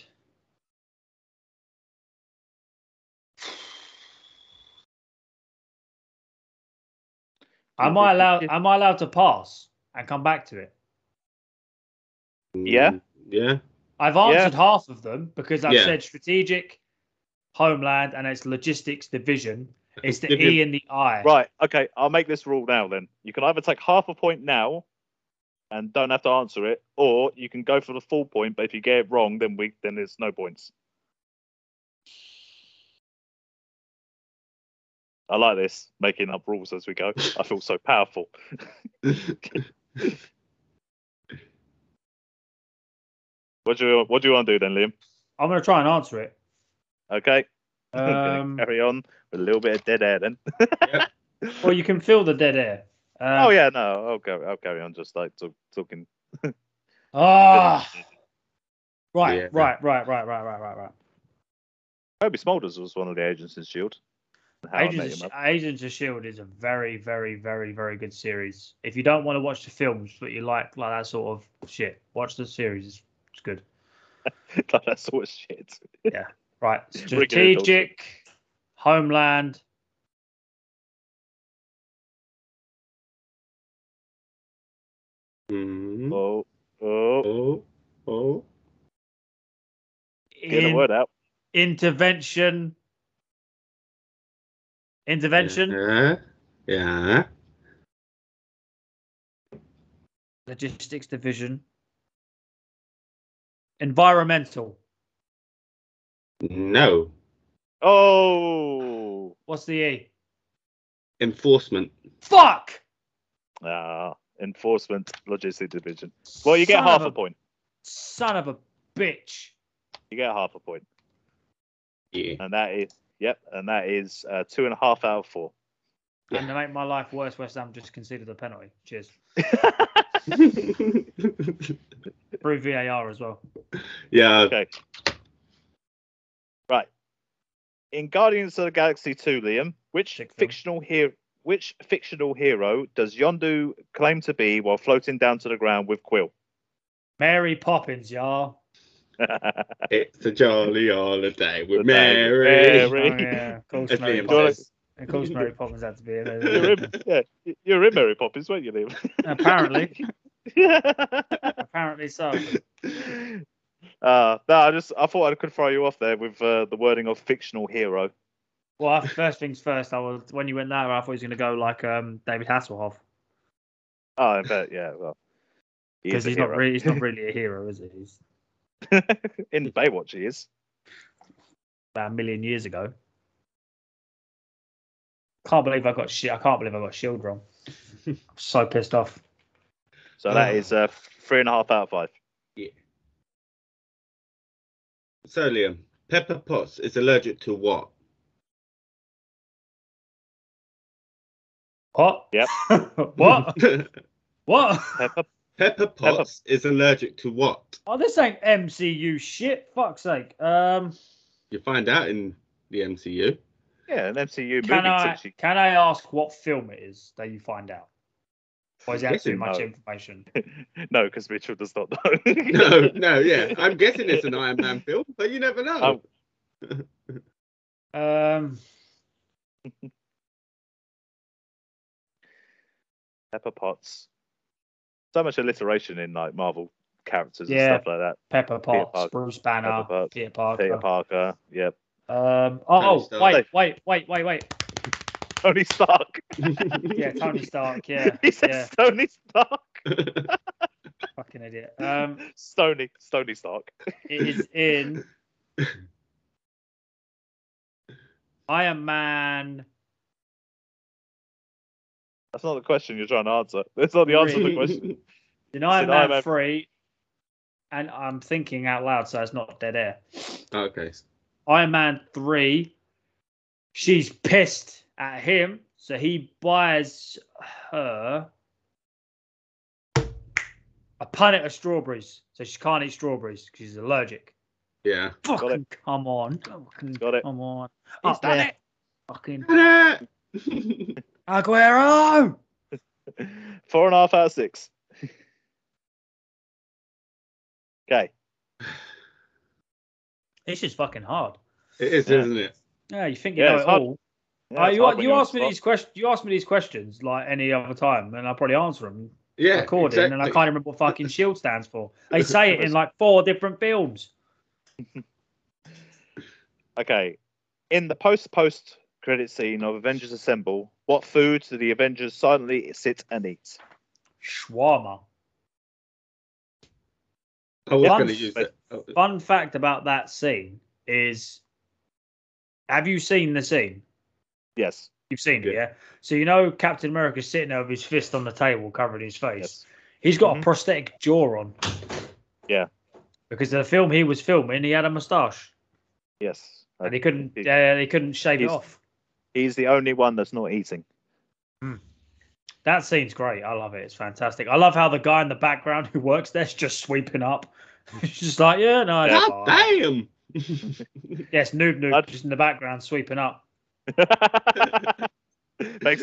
Speaker 2: Am I allowed? Am I allowed to pass and come back to it?
Speaker 1: Yeah.
Speaker 3: mm, Yeah.
Speaker 2: I've
Speaker 1: Yeah.
Speaker 2: answered half of them because I've
Speaker 3: Yeah.
Speaker 2: said strategic, homeland, and it's logistics division. It's the
Speaker 3: Give
Speaker 2: E
Speaker 3: you-
Speaker 2: and the I.
Speaker 1: Right, okay, I'll make this rule now then. You can either take half a point now and don't have to answer it, or you can go for the full point, but if you get it wrong then we then there's no points. I like this, making up rules as we go. I feel so powerful. What do you what do you want to do then, Liam?
Speaker 2: I'm gonna try and answer it.
Speaker 1: Okay.
Speaker 2: Um, uh,
Speaker 1: Carry on with a little bit of dead air then.
Speaker 2: or you can feel the dead air. Uh,
Speaker 1: oh yeah, no, I'll go. I'll carry on just like talk, talking.
Speaker 2: Ah. Right,
Speaker 3: Yeah.
Speaker 2: right, right, right, right, right, right, right.
Speaker 1: Toby Smolders was one of the agents in Shield. E How I Met Your
Speaker 2: Agents, of,
Speaker 1: Mother.
Speaker 2: Sh- Agents of Shield E is a very, very, very, very good series. If you don't want to watch the films, but you like like that sort of shit, watch the series. It's, it's good.
Speaker 1: Like that sort of shit.
Speaker 2: Right,
Speaker 1: We're good, also.
Speaker 2: strategic, homeland. Mm-hmm.
Speaker 3: Mm.
Speaker 1: Oh, oh,
Speaker 3: Oh. Oh.
Speaker 1: get the
Speaker 2: in-
Speaker 1: word out.
Speaker 2: intervention. Intervention,
Speaker 3: Yeah. Yeah.
Speaker 2: logistics division, environmental.
Speaker 3: No.
Speaker 1: Oh,
Speaker 2: What's the E?
Speaker 3: Enforcement.
Speaker 2: Fuck!
Speaker 1: ah, enforcement logistic division. Well, you get
Speaker 2: Son
Speaker 1: half
Speaker 2: of
Speaker 1: a point.
Speaker 2: Son of a bitch.
Speaker 1: You get half a point,
Speaker 3: Yeah.
Speaker 1: and that is yep, and that is uh, two and a half out of four.
Speaker 2: And to make my life worse, West Ham just conceded a penalty. Cheers. Through VAR as well.
Speaker 3: yeah.
Speaker 1: Okay. Right. In Guardians of the Galaxy 2, Liam, which
Speaker 2: Sick film.
Speaker 1: fictional hero which fictional hero does Yondu claim to be while floating down to the ground with Quill?
Speaker 2: Mary Poppins, y'all.
Speaker 1: That's
Speaker 3: It's a jolly holiday with
Speaker 1: With
Speaker 3: Mary.
Speaker 1: Mary.
Speaker 2: Oh, yeah, of course,
Speaker 3: It's
Speaker 2: Mary
Speaker 3: Liam
Speaker 2: Poppins.
Speaker 1: Poppins.
Speaker 2: Of course, Mary Poppins had to be
Speaker 1: You're
Speaker 2: there.
Speaker 1: in, yeah, you're in Mary Poppins, weren't you,
Speaker 2: apparently,
Speaker 1: Liam?
Speaker 2: apparently so.
Speaker 1: uh, no, I just I thought I could throw you off there with uh, the wording of fictional hero.
Speaker 2: Well, I- first things first. I was when you went there, I thought he was going to go like um, David Hasselhoff
Speaker 1: Oh, I bet, yeah. Well, he
Speaker 2: because
Speaker 1: is a
Speaker 2: he's not
Speaker 1: hero.
Speaker 2: really he's not really a hero, is he? He's
Speaker 1: in Baywatch, he is.
Speaker 2: about a million years ago. Can't believe I got shit. I can't believe I got Shield wrong. I'm so pissed off.
Speaker 1: So
Speaker 2: Oh.
Speaker 1: that is uh, three and a half out of five.
Speaker 3: So, Liam, Pepper Potts is allergic to what?
Speaker 2: What?
Speaker 1: Yep.
Speaker 2: what? What?
Speaker 1: Pepper
Speaker 3: Pepper Potts is allergic to what?
Speaker 2: Oh, this ain't MCU shit. Fuck's sake. Um,
Speaker 3: You find out in the MCU.
Speaker 1: Yeah, an MCU
Speaker 2: can
Speaker 1: movie
Speaker 2: I
Speaker 1: essentially.
Speaker 2: can I ask what film it is that you find out? Or is that
Speaker 3: Yes
Speaker 2: too
Speaker 3: and
Speaker 2: much
Speaker 1: no.
Speaker 2: information?
Speaker 1: No, because Mitchell does not know.
Speaker 3: No, no, yeah. I'm guessing it's an Iron Man film, but you never know.
Speaker 1: Oh.
Speaker 2: Um,
Speaker 1: Pepper Potts. So much alliteration in like Marvel characters
Speaker 2: Yeah.
Speaker 1: and stuff like that.
Speaker 2: Pepper Potts,
Speaker 1: Parker.
Speaker 2: Bruce Banner,
Speaker 1: Pepper Potts,
Speaker 2: Peter Parker.
Speaker 1: Peter Parker. Yep.
Speaker 2: Um, oh, oh
Speaker 3: Tony
Speaker 2: wait,
Speaker 1: Stark.
Speaker 2: wait, wait, wait, wait.
Speaker 1: Tony Stark.
Speaker 2: Um, Yeah, Tony Stark. Yeah,
Speaker 1: he says
Speaker 2: yeah.
Speaker 1: Tony Stark.
Speaker 2: Fucking idiot. Um,
Speaker 1: Stony. Stony Stark.
Speaker 2: it is in Iron Man.
Speaker 1: That's not the question you're trying to answer. That's not the answer to the
Speaker 3: Three.
Speaker 1: question.
Speaker 2: In Iron
Speaker 1: in
Speaker 2: Man
Speaker 1: Iron Man.
Speaker 2: three, and I'm thinking out loud, so it's not dead air.
Speaker 3: Okay.
Speaker 2: Iron Man 3, she's pissed at him, so he buys her a punnet of strawberries, so she can't eat strawberries because she's allergic.
Speaker 3: Yeah.
Speaker 2: Fucking come on. Fucking
Speaker 1: Got it.
Speaker 2: Come on.
Speaker 1: He's
Speaker 2: Up
Speaker 1: done
Speaker 2: there. Fucking
Speaker 3: yeah.
Speaker 2: Aguero!
Speaker 1: Four and a half out of six. okay.
Speaker 2: It's just fucking hard.
Speaker 3: It is,
Speaker 1: Yeah.
Speaker 3: isn't it?
Speaker 2: Yeah, you think you
Speaker 1: Yeah,
Speaker 2: know
Speaker 1: it's
Speaker 2: it
Speaker 1: hard.
Speaker 2: all.
Speaker 1: Yeah,
Speaker 2: Uh,
Speaker 1: it's
Speaker 2: you
Speaker 1: hard when
Speaker 2: you
Speaker 1: you're on
Speaker 2: asked me
Speaker 1: the spot.
Speaker 2: these questions. You asked me these questions like any other time, and I'll probably answer them
Speaker 3: Yeah.
Speaker 2: recording, and I
Speaker 3: exactly.
Speaker 2: can't remember what fucking Shield stands for. They say it in like four different films.
Speaker 1: Okay. In the post post credit scene of Avengers Assemble, what food do the Avengers silently sit and eat?
Speaker 2: Shawarma.
Speaker 3: I was
Speaker 1: Yeah.
Speaker 3: going to use it. Oh,
Speaker 2: Fun fact about that scene is: Have you seen the scene?
Speaker 1: Yes.
Speaker 2: You've seen it,
Speaker 3: Yeah.
Speaker 2: yeah. So you know Captain America's sitting there with his fist on the table, covering his face.
Speaker 1: Yes.
Speaker 2: He's got
Speaker 1: Mhm.
Speaker 2: a prosthetic jaw on.
Speaker 1: Yeah.
Speaker 2: Because the film he was filming, he had a moustache,
Speaker 1: Yes.
Speaker 2: and he couldn't.
Speaker 1: He-
Speaker 2: Uh, he couldn't shave it
Speaker 1: he's-
Speaker 2: off.
Speaker 1: He's the only one that's not eating.
Speaker 2: That scene's great. I love it. It's fantastic. I love how the guy in the background who works there's just sweeping up. He's just like, yeah, no, it's
Speaker 3: God
Speaker 2: fine."
Speaker 3: damn.
Speaker 2: Yes, noob noob
Speaker 1: I'd-
Speaker 2: just in the background sweeping up.
Speaker 1: Thanks,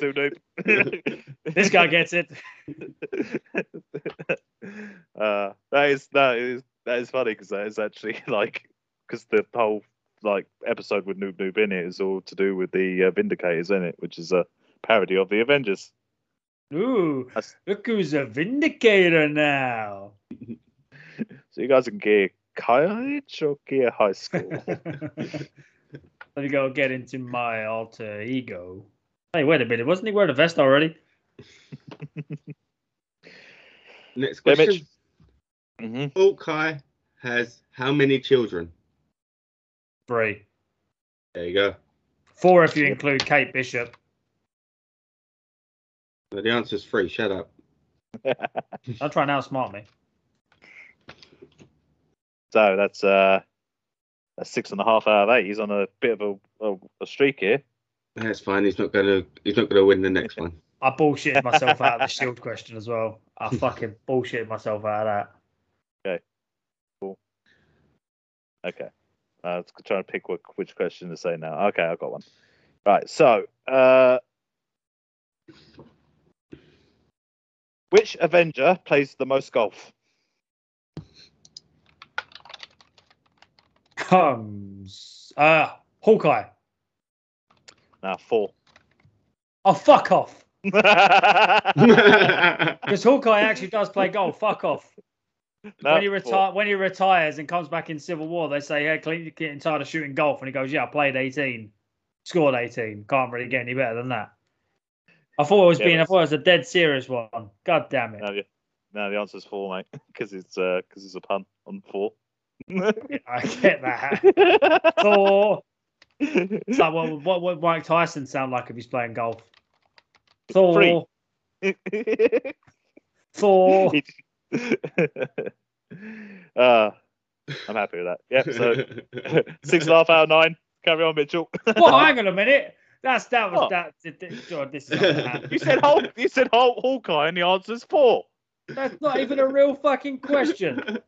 Speaker 1: Noob Noob.
Speaker 2: This guy gets it.
Speaker 1: uh, that is that is that is funny because that is actually like because the whole like episode with Noob Noob in it is all to do with the uh, Vindicators in it, which is a parody of the Avengers.
Speaker 2: Ooh,
Speaker 1: That's-
Speaker 2: look who's a vindicator now.
Speaker 1: So you guys in Gear College or Gear High School?
Speaker 2: Let me go get into my alter ego. Hey, wait a minute. Wasn't he wearing a vest already?
Speaker 3: Next
Speaker 1: Yeah, Mitch.
Speaker 3: question.
Speaker 1: hmm
Speaker 3: Mm-hmm. Hawkeye has how many children?
Speaker 2: Three.
Speaker 3: There you go.
Speaker 2: Four if you include Kate Bishop.
Speaker 3: Well, the answer's three. Shut up.
Speaker 2: Don't try and outsmart me.
Speaker 1: So that's uh, a six and a half out of eight. He's on a bit of a, a, a streak here.
Speaker 3: That's fine. He's not gonna. He's not gonna win the next one.
Speaker 2: I bullshitted myself out of the shield question as well. I fucking bullshitted myself out of that.
Speaker 1: Okay. I was trying to pick what, which question to say now. Okay, I've got one. Right. So, uh, which Avenger plays the most golf?
Speaker 2: Comes uh Hawkeye.
Speaker 1: Now, four.
Speaker 2: Oh fuck off.
Speaker 1: no,
Speaker 3: yeah,
Speaker 2: Because Hawkeye actually does play golf. Fuck off. when he
Speaker 1: four.
Speaker 2: retire when he retires and comes back in Civil War, they say, Hey, Clint, you're getting tired of shooting golf and he goes, Yeah, I played eighteen, scored eighteen. Can't really get any better than that. I thought it was
Speaker 1: Yeah,
Speaker 2: being I
Speaker 1: but-
Speaker 2: thought it was a dead serious one. God damn it.
Speaker 1: No, the- no, the answer's four, mate, because it's, uh 'cause it's a pun on four.
Speaker 2: I get that. Thor. It's like what, what would Mike Tyson sound like if he's playing golf? Thor.
Speaker 1: Free.
Speaker 2: Thor.
Speaker 1: He- uh, I'm happy with that. Yep. So, six and a half out of nine. Carry on, Mitchell.
Speaker 2: well, hang on a minute. That's that was
Speaker 1: What?
Speaker 2: that. that- that- God, this is unfair.
Speaker 1: You said Hulk, you said Hulk, Hawkeye, and the answer's four.
Speaker 2: that's not even a real fucking question,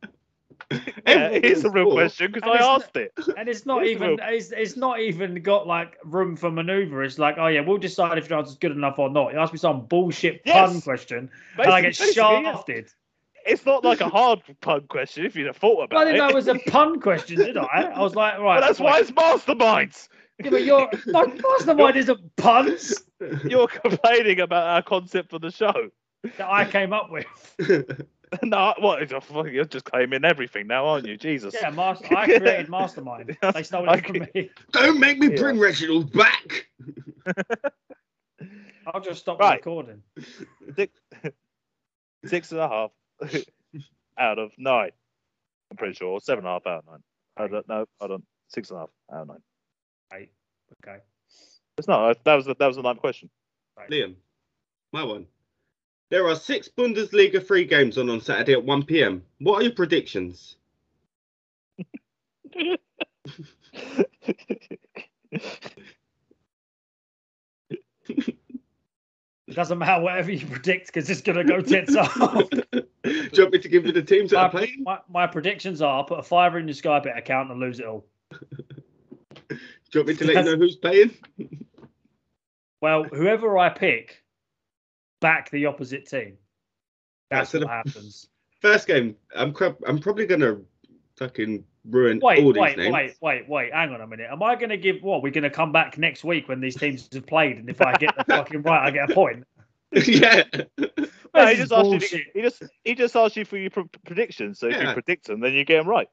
Speaker 1: Yeah, it is a real
Speaker 3: Cool.
Speaker 1: question because
Speaker 2: And
Speaker 1: I
Speaker 2: it's-
Speaker 1: asked it.
Speaker 2: and it's not
Speaker 1: It's
Speaker 2: even it's, it's not even got like room for maneuver. It's like, oh yeah, we'll decide if your answer's good enough or not. You asked me some bullshit pun
Speaker 1: Yes.
Speaker 2: question, and I get
Speaker 1: Basically- basically,
Speaker 2: shafted.
Speaker 1: It's not like a hard pun question if you'd have thought
Speaker 2: I
Speaker 1: about it.
Speaker 2: didn't know it was a pun question, did I? I was like, right,
Speaker 1: But that's why it's masterminds.
Speaker 2: Yeah, but you're my mastermind isn't puns
Speaker 1: You're complaining about our concept for the show.
Speaker 2: that I came up with.
Speaker 1: no, what? you're fucking- You're just claiming everything now, aren't you? Jesus.
Speaker 2: Yeah, mas- I created Mastermind. They stole it from me.
Speaker 3: Don't make me
Speaker 1: Yeah.
Speaker 3: bring Reginald back.
Speaker 2: I'll just stop
Speaker 1: Right.
Speaker 2: recording.
Speaker 1: Six and a half out of nine. I'm pretty sure. Or Seven and a half out of nine. I don't know. Hold on. Six and a half out of nine.
Speaker 2: Right. Okay.
Speaker 1: It's not. That was the, that was the ninth question.
Speaker 3: Liam, my one. There are six Bundesliga free games on on Saturday at 1 p.m. What are your predictions?
Speaker 2: It doesn't matter whatever you predict because it's going to go tits up.
Speaker 3: Do you want me to give you the teams that are
Speaker 2: my,
Speaker 3: playing?
Speaker 2: my, my predictions are put a fiver in your Sky Bet account and lose it all.
Speaker 3: Do you want me to let you know who's playing?
Speaker 2: Well, whoever I pick, back the opposite team. That's
Speaker 3: That's
Speaker 2: what
Speaker 3: an-
Speaker 2: happens.
Speaker 3: First game, I'm cra- I'm probably gonna fucking ruin
Speaker 2: Wait,
Speaker 3: all these
Speaker 2: wait,
Speaker 3: names.
Speaker 2: wait, wait, wait. Hang on a minute. Am I going to give what? We're going to come back next week when these teams have played, and if I get the fucking right, I get a point.
Speaker 3: yeah.
Speaker 1: No, he
Speaker 2: This is
Speaker 1: just asked you.
Speaker 2: bullshit.
Speaker 1: he just he just asked you for your pr- predictions. So if you
Speaker 3: Yeah.
Speaker 1: predict them, then you get them right.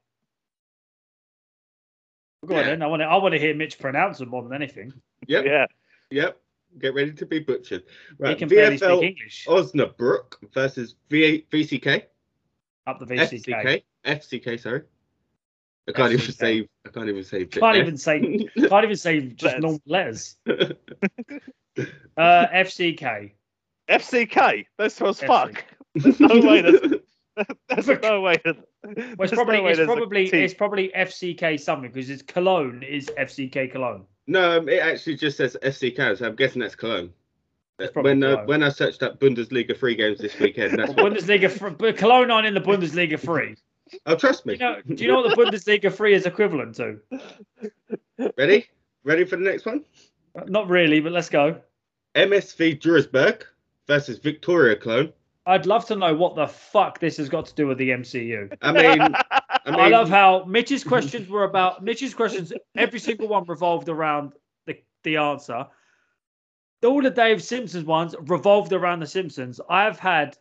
Speaker 2: Go on, then. I want to. I want to hear Mitch pronounce them more than anything.
Speaker 3: Yep.
Speaker 1: Yeah.
Speaker 3: Yep. Get ready to be butchered.
Speaker 2: he
Speaker 3: Right.
Speaker 2: can barely speak
Speaker 3: VFL
Speaker 2: English
Speaker 3: Osnabrück versus v- VCK.
Speaker 2: up the VCK.
Speaker 3: FCK. FCK. Sorry. I can't even
Speaker 2: FCK.
Speaker 3: say. I can't even say.
Speaker 2: Can't even say. Can't even say just
Speaker 1: Letters.
Speaker 2: normal letters. Uh, FCK.
Speaker 1: FCK. That's what's
Speaker 2: FC.
Speaker 1: fuck. There's no way. That's,
Speaker 2: Look.
Speaker 1: that's no way. That,
Speaker 2: Well, it's probably it's probably it's probably FCK something because it's Cologne is FCK Cologne.
Speaker 3: No, um, it actually just says FCK, so I'm guessing that's Cologne.
Speaker 2: It's probably
Speaker 3: When uh,
Speaker 2: Cologne.
Speaker 3: when I searched up Bundesliga free games this weekend, that's what,
Speaker 2: Bundesliga, fr- but Cologne aren't in the Bundesliga three.
Speaker 3: oh trust
Speaker 2: Do
Speaker 3: me.
Speaker 2: you know? Do you know what the Bundesliga three is equivalent to?
Speaker 3: Ready? Ready for the next one?
Speaker 2: Not really, but let's go.
Speaker 3: MSV Duisburg versus Victoria Cologne.
Speaker 2: I'd love to know what the fuck this has got to do with the MCU.
Speaker 3: I mean, I
Speaker 2: I,
Speaker 3: mean,
Speaker 2: love how Mitch's questions were about Mitch's questions. Every single one revolved around the the answer. All the Dave Simpsons ones revolved around the Simpsons. I've had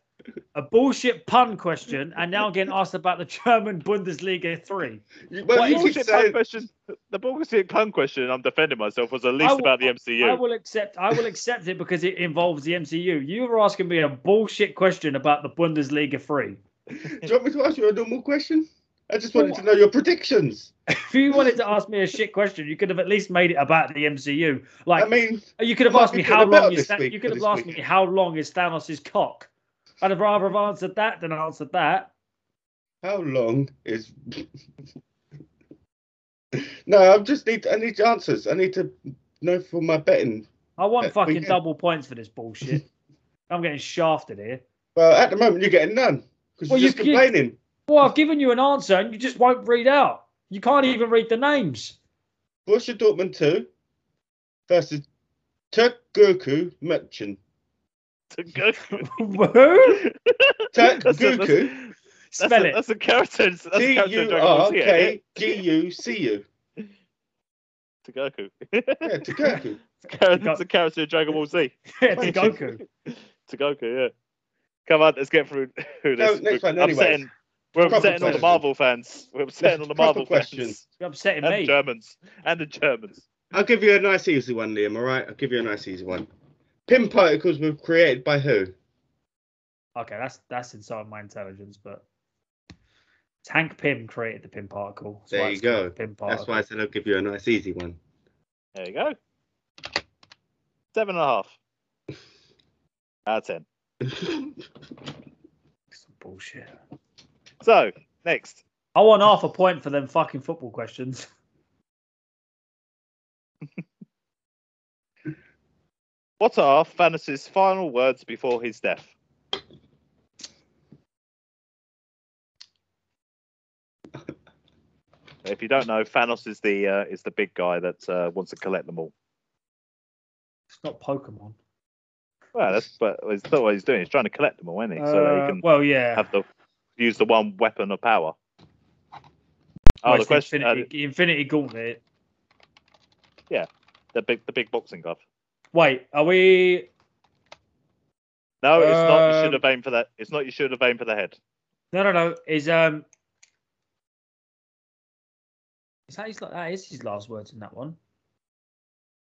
Speaker 2: a bullshit pun question, and now I'm getting asked about the German Bundesliga three.
Speaker 3: you-
Speaker 1: Well,
Speaker 3: well, you
Speaker 1: bullshit
Speaker 3: keep
Speaker 1: pun
Speaker 3: saying,
Speaker 1: question, the bullshit pun question I'm defending myself was at least
Speaker 2: will-
Speaker 1: about the
Speaker 2: I
Speaker 1: MCU.
Speaker 2: will accept. I will accept it because it involves the MCU. You were asking me a bullshit question about the Bundesliga three.
Speaker 3: do you want me to ask you a normal question? I just wanted to know your predictions.
Speaker 2: If you wanted to ask me a shit question, you could have at least made it about the MCU. Like
Speaker 3: I mean,
Speaker 2: you could have
Speaker 3: Might
Speaker 2: asked
Speaker 3: be
Speaker 2: me
Speaker 3: doing
Speaker 2: how
Speaker 3: a bit
Speaker 2: long
Speaker 3: of
Speaker 2: is
Speaker 3: this
Speaker 2: that,
Speaker 3: week
Speaker 2: you
Speaker 3: for
Speaker 2: could have
Speaker 3: this
Speaker 2: asked me
Speaker 3: weekend.
Speaker 2: how long is Thanos' cock. I'd have rather have answered that than answered that.
Speaker 3: how long is? no, I just need. I need answers. I need to know for my betting.
Speaker 2: I want
Speaker 3: Uh,
Speaker 2: fucking
Speaker 3: weekend.
Speaker 2: double points for this bullshit. I'm getting shafted here.
Speaker 3: Well, at the moment you're getting none because
Speaker 2: Well,
Speaker 3: you're
Speaker 2: you-
Speaker 3: just complaining.
Speaker 2: Well, I've given you an answer and you just won't read out. You can't even read the names.
Speaker 3: Borussia Dortmund two versus Turkuku Merchant.
Speaker 2: Who?
Speaker 3: Turk
Speaker 1: That's a- that's-
Speaker 3: Guku.
Speaker 1: That's
Speaker 2: Spell
Speaker 1: a,
Speaker 2: it.
Speaker 1: That's a character. That's a
Speaker 3: T
Speaker 1: character in
Speaker 3: U
Speaker 1: Dragon Ball
Speaker 3: R
Speaker 1: Z. ain't
Speaker 3: K
Speaker 1: it?
Speaker 3: G U C U.
Speaker 1: To Goku.
Speaker 3: Yeah, Turkuku.
Speaker 1: That's a character in Dragon Ball Z.
Speaker 2: Yeah, to Goku.
Speaker 1: To Goku, yeah. Come on, let's get through through
Speaker 3: No,
Speaker 1: this.
Speaker 3: next
Speaker 1: We're
Speaker 3: one, anyways.
Speaker 1: upsetting- We're
Speaker 3: Proper
Speaker 1: upsetting all the
Speaker 3: question.
Speaker 1: Marvel fans. We're upsetting all the
Speaker 3: Proper
Speaker 1: Marvel
Speaker 3: question.
Speaker 1: fans.
Speaker 2: You're upsetting
Speaker 1: And
Speaker 2: me.
Speaker 1: Germans. And the Germans.
Speaker 3: I'll give you a nice easy one, Liam. All right, I'll give you a nice easy one. Pin particles were created by who?
Speaker 2: Okay, that's that's inside my intelligence, but Tank Pym created the Pym particle. That's why
Speaker 3: There you
Speaker 2: it's called
Speaker 3: go.
Speaker 2: the Pym particle.
Speaker 3: That's why I said I'll give you a nice easy one.
Speaker 1: There you go. Seven and a half. Out of ten.
Speaker 2: Some bullshit.
Speaker 1: So, next.
Speaker 2: I want half a point for them fucking football questions.
Speaker 1: What are Thanos' final words before his death? If you don't know, Thanos is the uh, is the big guy that uh, wants to collect them all.
Speaker 2: It's not Pokemon.
Speaker 1: Well, that's but it's not what he's doing. He's trying to collect them all, isn't he? so that he
Speaker 2: Uh,
Speaker 1: can
Speaker 2: well, yeah.
Speaker 1: have the use the one weapon of power. Oh,
Speaker 2: Well,
Speaker 1: the
Speaker 2: it's
Speaker 1: question, uh,
Speaker 2: Infinity, Infinity Gauntlet.
Speaker 1: the big the big boxing glove.
Speaker 2: Wait, are we?
Speaker 1: No, it's not. You should
Speaker 2: Um,
Speaker 1: have aimed for that. It's not. You should have aimed for the head.
Speaker 2: No, no, no. Is um. Is that his? la- That is his last words in that one.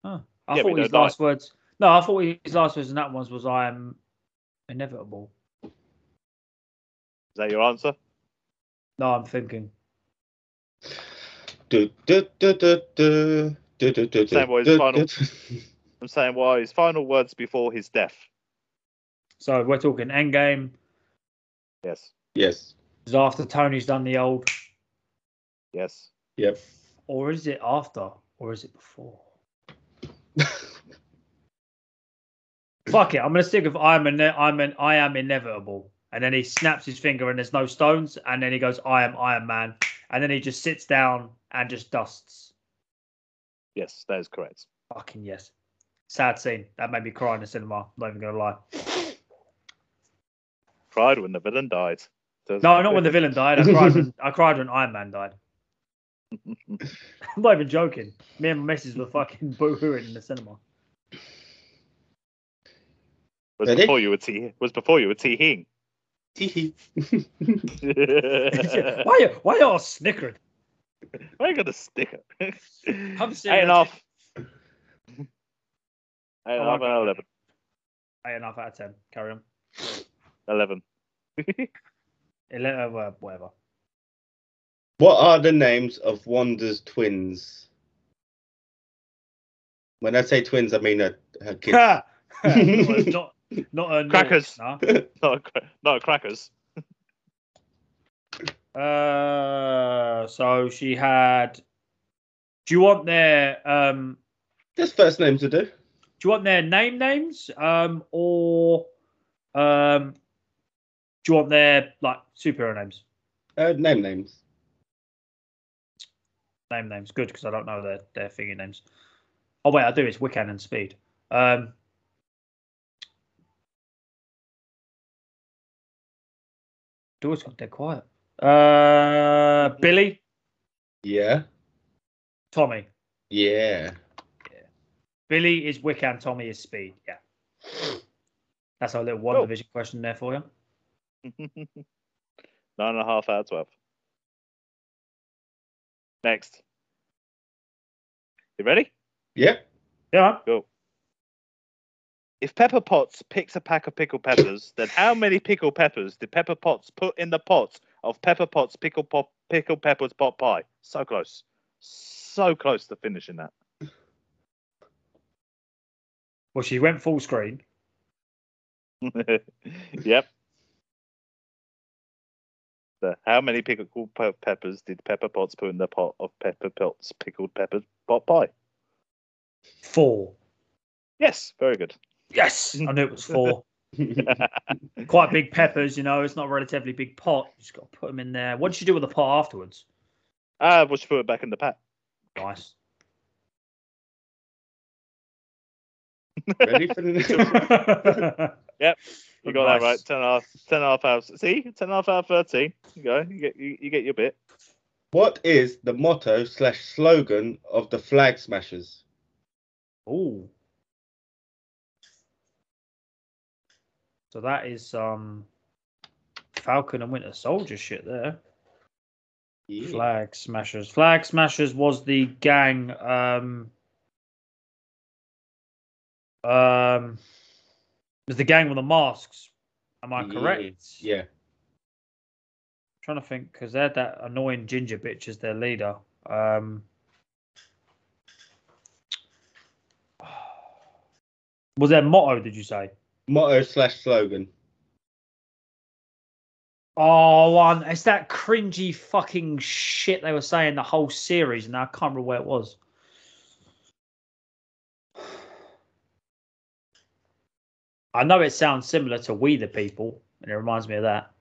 Speaker 2: Huh. I
Speaker 1: Yeah, but
Speaker 2: thought
Speaker 1: he
Speaker 2: his
Speaker 1: don't
Speaker 2: last words. No, I thought his last words in that one was "I am inevitable."
Speaker 1: Is that your answer?
Speaker 2: No, I'm thinking.
Speaker 3: Du- du- du- du- du- du- du- du-
Speaker 1: Same way as
Speaker 3: du-
Speaker 1: final.
Speaker 3: du-
Speaker 1: I'm saying, why his final words before his death?
Speaker 2: So we're talking Endgame.
Speaker 1: Yes.
Speaker 3: Yes.
Speaker 2: Is after Tony's done the old,
Speaker 1: Yes.
Speaker 3: Yep.
Speaker 2: or is it after, or is it before? Fuck it, I'm gonna stick with I'm an I'm an I am inevitable, and then he snaps his finger and there's no stones, and then he goes I am Iron Man, and then he just sits down and just dusts.
Speaker 1: Yes. That is correct.
Speaker 2: Fucking yes. Sad scene. That made me cry in the cinema. Not even gonna lie.
Speaker 1: Cried when the villain died. Does-
Speaker 2: No, not when the villain died. I cried. When, I cried when Iron Man died. I'm not even joking. Me and my missus were fucking boo-hooing in the cinema.
Speaker 1: was
Speaker 3: Ready?
Speaker 1: before you were te- was before you were teeing.
Speaker 3: Teehee.
Speaker 2: why you? Why you all snickered?
Speaker 1: Why you got a sticker?
Speaker 2: I'm
Speaker 1: Ain't
Speaker 2: serious.
Speaker 1: enough. Ain't
Speaker 2: Oh,
Speaker 1: enough. Eleven.
Speaker 2: okay. Eight and a half out of ten. Carry on.
Speaker 1: Eleven.
Speaker 2: Ele- uh, well, whatever.
Speaker 3: What are the names of Wanda's twins? When I say twins, I mean her, her kids.
Speaker 2: Well, not not a
Speaker 1: Crackers.
Speaker 2: Nah.
Speaker 1: Not cra- not crackers.
Speaker 2: Uh, so she had. Do you want their um?
Speaker 3: Just first names to do.
Speaker 2: Do you want their name names um or um? Do you want their like superhero names?
Speaker 3: Uh, name names.
Speaker 2: Name names, good because I don't know their their figure names. Oh wait, I do. It's Wiccan and Speed. Um. Doors got dead quiet. Uh, Billy,
Speaker 3: Yeah.
Speaker 2: Tommy.
Speaker 3: Yeah.
Speaker 2: Billy is Wiccan, Tommy is Speed. Yeah. That's our little one
Speaker 1: Cool.
Speaker 2: division question there for you.
Speaker 1: Nine and a half out of twelve. Next. You ready?
Speaker 3: Yep.
Speaker 2: Yeah.
Speaker 1: Go. If Pepper Potts picks a pack of pickled peppers, then how many pickled peppers did Pepper Potts put in the pot of Pepper Potts pickled pop, pickled peppers pot pie? So close, so close to finishing that.
Speaker 2: Well, she went full screen.
Speaker 1: yep. So how many pickled pe- peppers did Pepper Potts put in the pot of Pepper Potts pickled peppers pot pie?
Speaker 2: Four.
Speaker 1: Yes, very good. Ah,
Speaker 2: Yes. I knew it was four. Quite big peppers, you know. It's not a relatively big pot. You just got to put them in there. What did you do with the pot afterwards?
Speaker 1: Ah, we should put it back in the pack.
Speaker 2: Nice.
Speaker 3: Ready for the next?
Speaker 1: You got that right.
Speaker 2: Nice.
Speaker 1: Ten and a half, ten and a half hours. See, ten and a half hour thirteen. You go. You get. You, you get your bit.
Speaker 3: What is the motto slash slogan of the Flag Smashers?
Speaker 2: Ooh. So that is um Falcon and Winter Soldier shit there. Flag Smashers. Flag Smashers was the gang. Um, um, was the gang with the masks? Am I
Speaker 3: Yeah,
Speaker 2: correct?
Speaker 3: Yeah.
Speaker 2: trying to think because they had that annoying ginger bitch as their leader. Um, was their motto? Did you say?
Speaker 3: Motto slash slogan.
Speaker 2: Oh, one. It's that cringy fucking shit they were saying the whole series, and I can't remember where it was. I know it sounds similar to We the People, and it reminds me of that.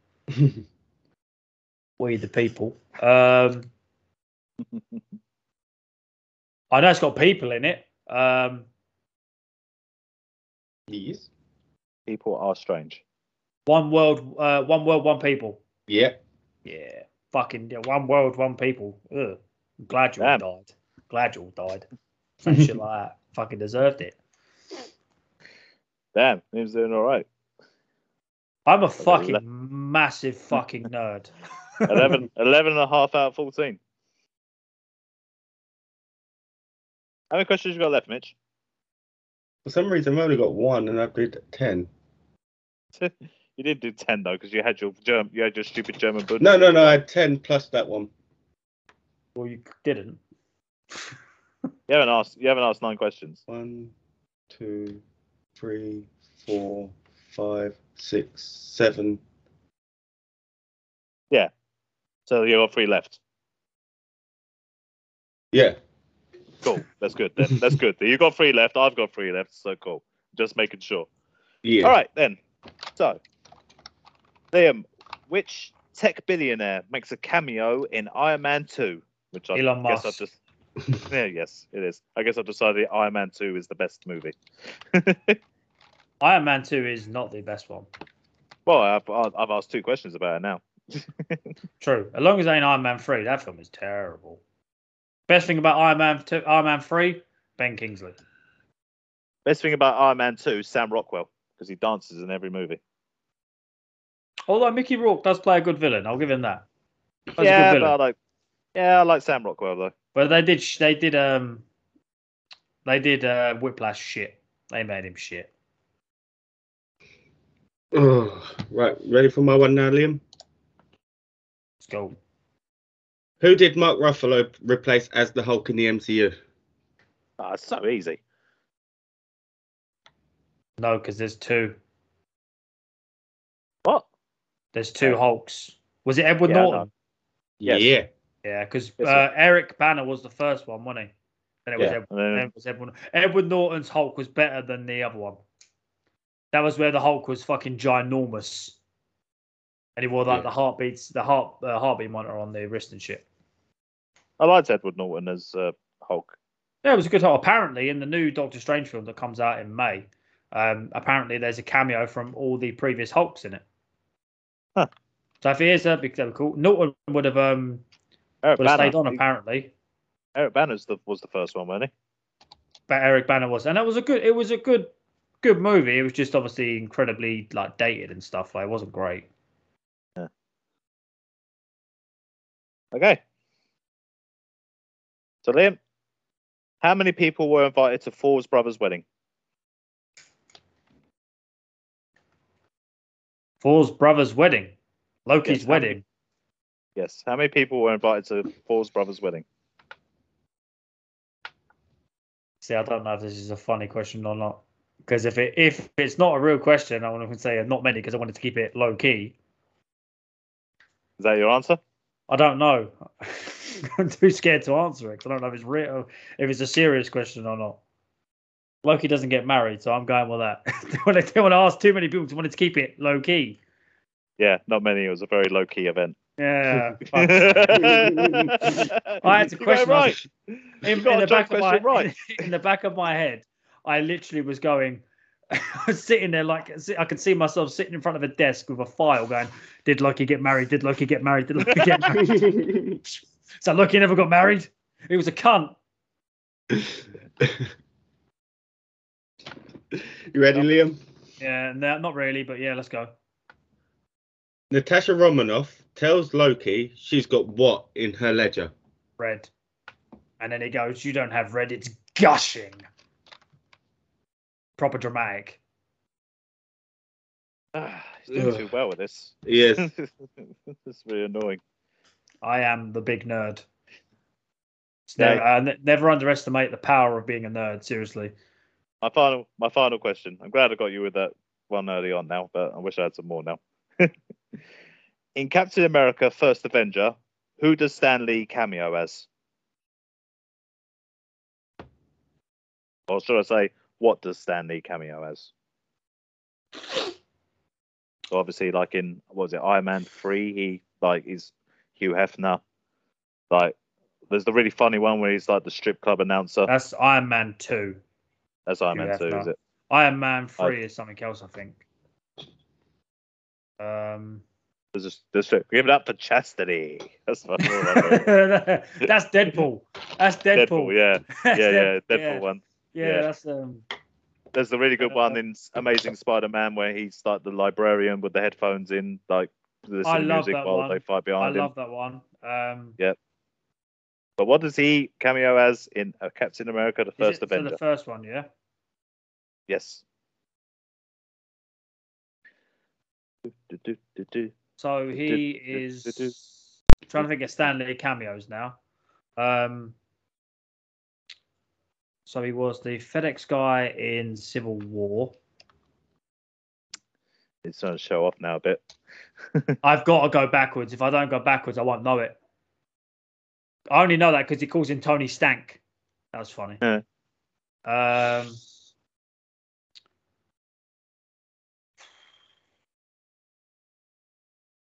Speaker 2: We the People. Um, I know it's got people in it. Um,
Speaker 3: Yes.
Speaker 1: People are strange.
Speaker 2: one world, uh, one world, one people.
Speaker 3: Yeah.
Speaker 2: Yeah, fucking yeah, one world, one people. Ugh. I'm glad you
Speaker 1: Damn.
Speaker 2: all died. Glad you all died. Some shit like that. Fucking deserved it.
Speaker 1: Damn, he was doing all right.
Speaker 2: I'm a
Speaker 1: le-
Speaker 2: fucking massive fucking nerd.
Speaker 1: 11, 11 and a half out of fourteen. How many questions you got left, Mitch?
Speaker 3: For some reason, I've only got one and I did 10.
Speaker 1: You did do ten though, because you had your germ, you had your stupid German bud.
Speaker 3: No, no, no. I had 10 plus that one.
Speaker 2: Well, you didn't.
Speaker 1: You haven't asked. You haven't asked nine questions.
Speaker 3: One, two, three, four, five, six, seven.
Speaker 1: So you got three left.
Speaker 3: Yeah.
Speaker 1: Cool. That's good then. That's good. You got three left. I've got three left. So cool. Just making sure.
Speaker 3: Yeah.
Speaker 1: All right then. So, Liam, which tech billionaire makes a cameo in Iron Man Two? Which I
Speaker 2: Elon
Speaker 1: guess
Speaker 2: Musk.
Speaker 1: I've just. yeah, yes, it is. I guess I've decided Iron Man Two is the best movie.
Speaker 2: Iron Man 2 is not the best one.
Speaker 1: Well, I've, I've I've asked two questions about it now.
Speaker 2: True. As long as it ain't Iron Man 3, that film is terrible. Best thing about Iron Man 2, Iron Man 3, Ben Kingsley.
Speaker 1: Best thing about Iron Man Two, Sam Rockwell, because he dances in every movie.
Speaker 2: Although Mickey Rourke does play a good villain, I'll give him that. That's a
Speaker 1: yeah,
Speaker 2: good
Speaker 1: but I
Speaker 2: villain.
Speaker 1: like. Yeah, I like Sam Rockwell though.
Speaker 2: But they did, sh- they did, um, they did uh, Whiplash shit. They made him shit.
Speaker 3: Oh, right. Ready for my one now, Liam?
Speaker 2: Let's go.
Speaker 3: Who did Mark Ruffalo replace as the Hulk in the MCU?
Speaker 1: Ah, it's so easy.
Speaker 2: No, because there's two.
Speaker 1: What?
Speaker 2: There's two Hulks. Was it Edward
Speaker 1: Yeah, I
Speaker 2: Norton?
Speaker 1: Yes.
Speaker 3: Yeah.
Speaker 2: Yeah, because
Speaker 1: Yes,
Speaker 2: uh, Eric Banner was the first one, wasn't he? Then it was
Speaker 3: Yeah.
Speaker 2: Edward,
Speaker 1: And then-
Speaker 2: then it was Edward. Edward Norton's Hulk was better than the other one. That was where the Hulk was fucking ginormous, and he wore like
Speaker 3: Yeah.
Speaker 2: the heartbeats, the heart uh, heartbeat monitor on the wrist and shit.
Speaker 1: I liked Edward Norton as uh, Hulk.
Speaker 2: Yeah, it was a good Hulk. Apparently, in the new Doctor Strange film that comes out in May, um, apparently there's a cameo from all the previous Hulks in it.
Speaker 1: Huh.
Speaker 2: So if he is, that'd be, that'd be cool. Norton would have um,
Speaker 1: Eric
Speaker 2: would have
Speaker 1: Banner.
Speaker 2: stayed on apparently.
Speaker 1: Eric Banner's the, was the first one, wasn't
Speaker 2: but Eric Banner was, and it was a good, it was a good, good movie. It was just obviously incredibly like dated and stuff. Like it wasn't great.
Speaker 1: he? Okay. So Liam, how many people were invited to Four's brother's wedding?
Speaker 2: Four's brother's wedding, Loki's
Speaker 1: Yes, how
Speaker 2: wedding.
Speaker 1: Yes. How many people were invited to Four's brother's wedding?
Speaker 2: See, I don't know if this is a funny question or not, because if it if it's not a real question, I want to say not many because I wanted to keep it low key.
Speaker 1: Is that your answer?
Speaker 2: I don't know. I'm too scared to answer it. 'cause I don't know if it's real, if it's a serious question or not. Loki doesn't get married, so I'm going with that. don't want to, don't want to ask too many people. 'cause I wanted to keep it low key.
Speaker 1: Yeah, not many. It was a very low key event.
Speaker 2: Yeah.
Speaker 1: I
Speaker 2: fuck. had to question
Speaker 1: right.
Speaker 2: myself.
Speaker 1: you got a joke question
Speaker 2: my,
Speaker 1: right.
Speaker 2: in the back of my head, I literally was going. I was sitting there like I could see myself sitting in front of a desk with a file going, "Did Loki get married? Did Loki get married? Did Loki get married?" so Loki never got married. He was a cunt.
Speaker 3: You ready, Liam?
Speaker 2: Yeah, no, not really, but yeah, let's go.
Speaker 3: Natasha Romanoff tells Loki she's got what in her ledger?
Speaker 2: Red, and then he goes, "You don't have red. It's gushing." Proper dramatic.
Speaker 1: Ah, He's doing too well with this.
Speaker 3: Yes.
Speaker 1: this is really annoying.
Speaker 2: I am the big nerd. It's
Speaker 1: Yeah.
Speaker 2: Never, uh, ne- never underestimate the power of being a nerd. Seriously,
Speaker 1: My final, my final question. I'm glad I got you with that one early on now, but I wish I had some more now. In Captain America: First Avenger, who does Stan Lee cameo as? Or should I say, what does Stan Lee cameo as? So obviously, like in what was it Iron Man three, he like is Hugh Hefner. Like, there's the really funny one where he's like the strip club announcer.
Speaker 2: that's Iron Man two.
Speaker 1: That's Iron
Speaker 2: Hugh
Speaker 1: Man two,
Speaker 2: Hefner.
Speaker 1: is it?
Speaker 2: Iron Man three is something else, I think. Um,
Speaker 1: There's a, there's a, give it up for chastity. That's my
Speaker 2: that's Deadpool. That's Deadpool.
Speaker 1: Deadpool, yeah,
Speaker 2: That's
Speaker 1: yeah, yeah,
Speaker 2: Dead-
Speaker 1: Deadpool
Speaker 2: yeah.
Speaker 1: one.
Speaker 2: Yeah,
Speaker 1: yeah.
Speaker 2: that's um.
Speaker 1: There's the really good
Speaker 2: Uh,
Speaker 1: one in S- Amazing Spider-Man where he's like the librarian with the headphones in, like
Speaker 2: I
Speaker 1: listening to
Speaker 2: love
Speaker 1: music
Speaker 2: that
Speaker 1: while
Speaker 2: one.
Speaker 1: they fight
Speaker 2: I
Speaker 1: behind him.
Speaker 2: love that one. Um,
Speaker 1: Yeah, But what does he cameo as in uh, Captain America: The
Speaker 2: is
Speaker 1: First
Speaker 2: it- so
Speaker 1: Avenger?
Speaker 2: the first one, yeah.
Speaker 1: Yes. Do, do, do, do.
Speaker 2: So he is trying to think of Stanley cameos now. Um, so he was the FedEx guy in Civil War.
Speaker 1: It's trying to show off now a bit.
Speaker 2: I've got to go backwards. If I don't go backwards, I won't know it. I only know that because he calls him Tony Stank. That was funny.
Speaker 1: Yeah.
Speaker 2: Um,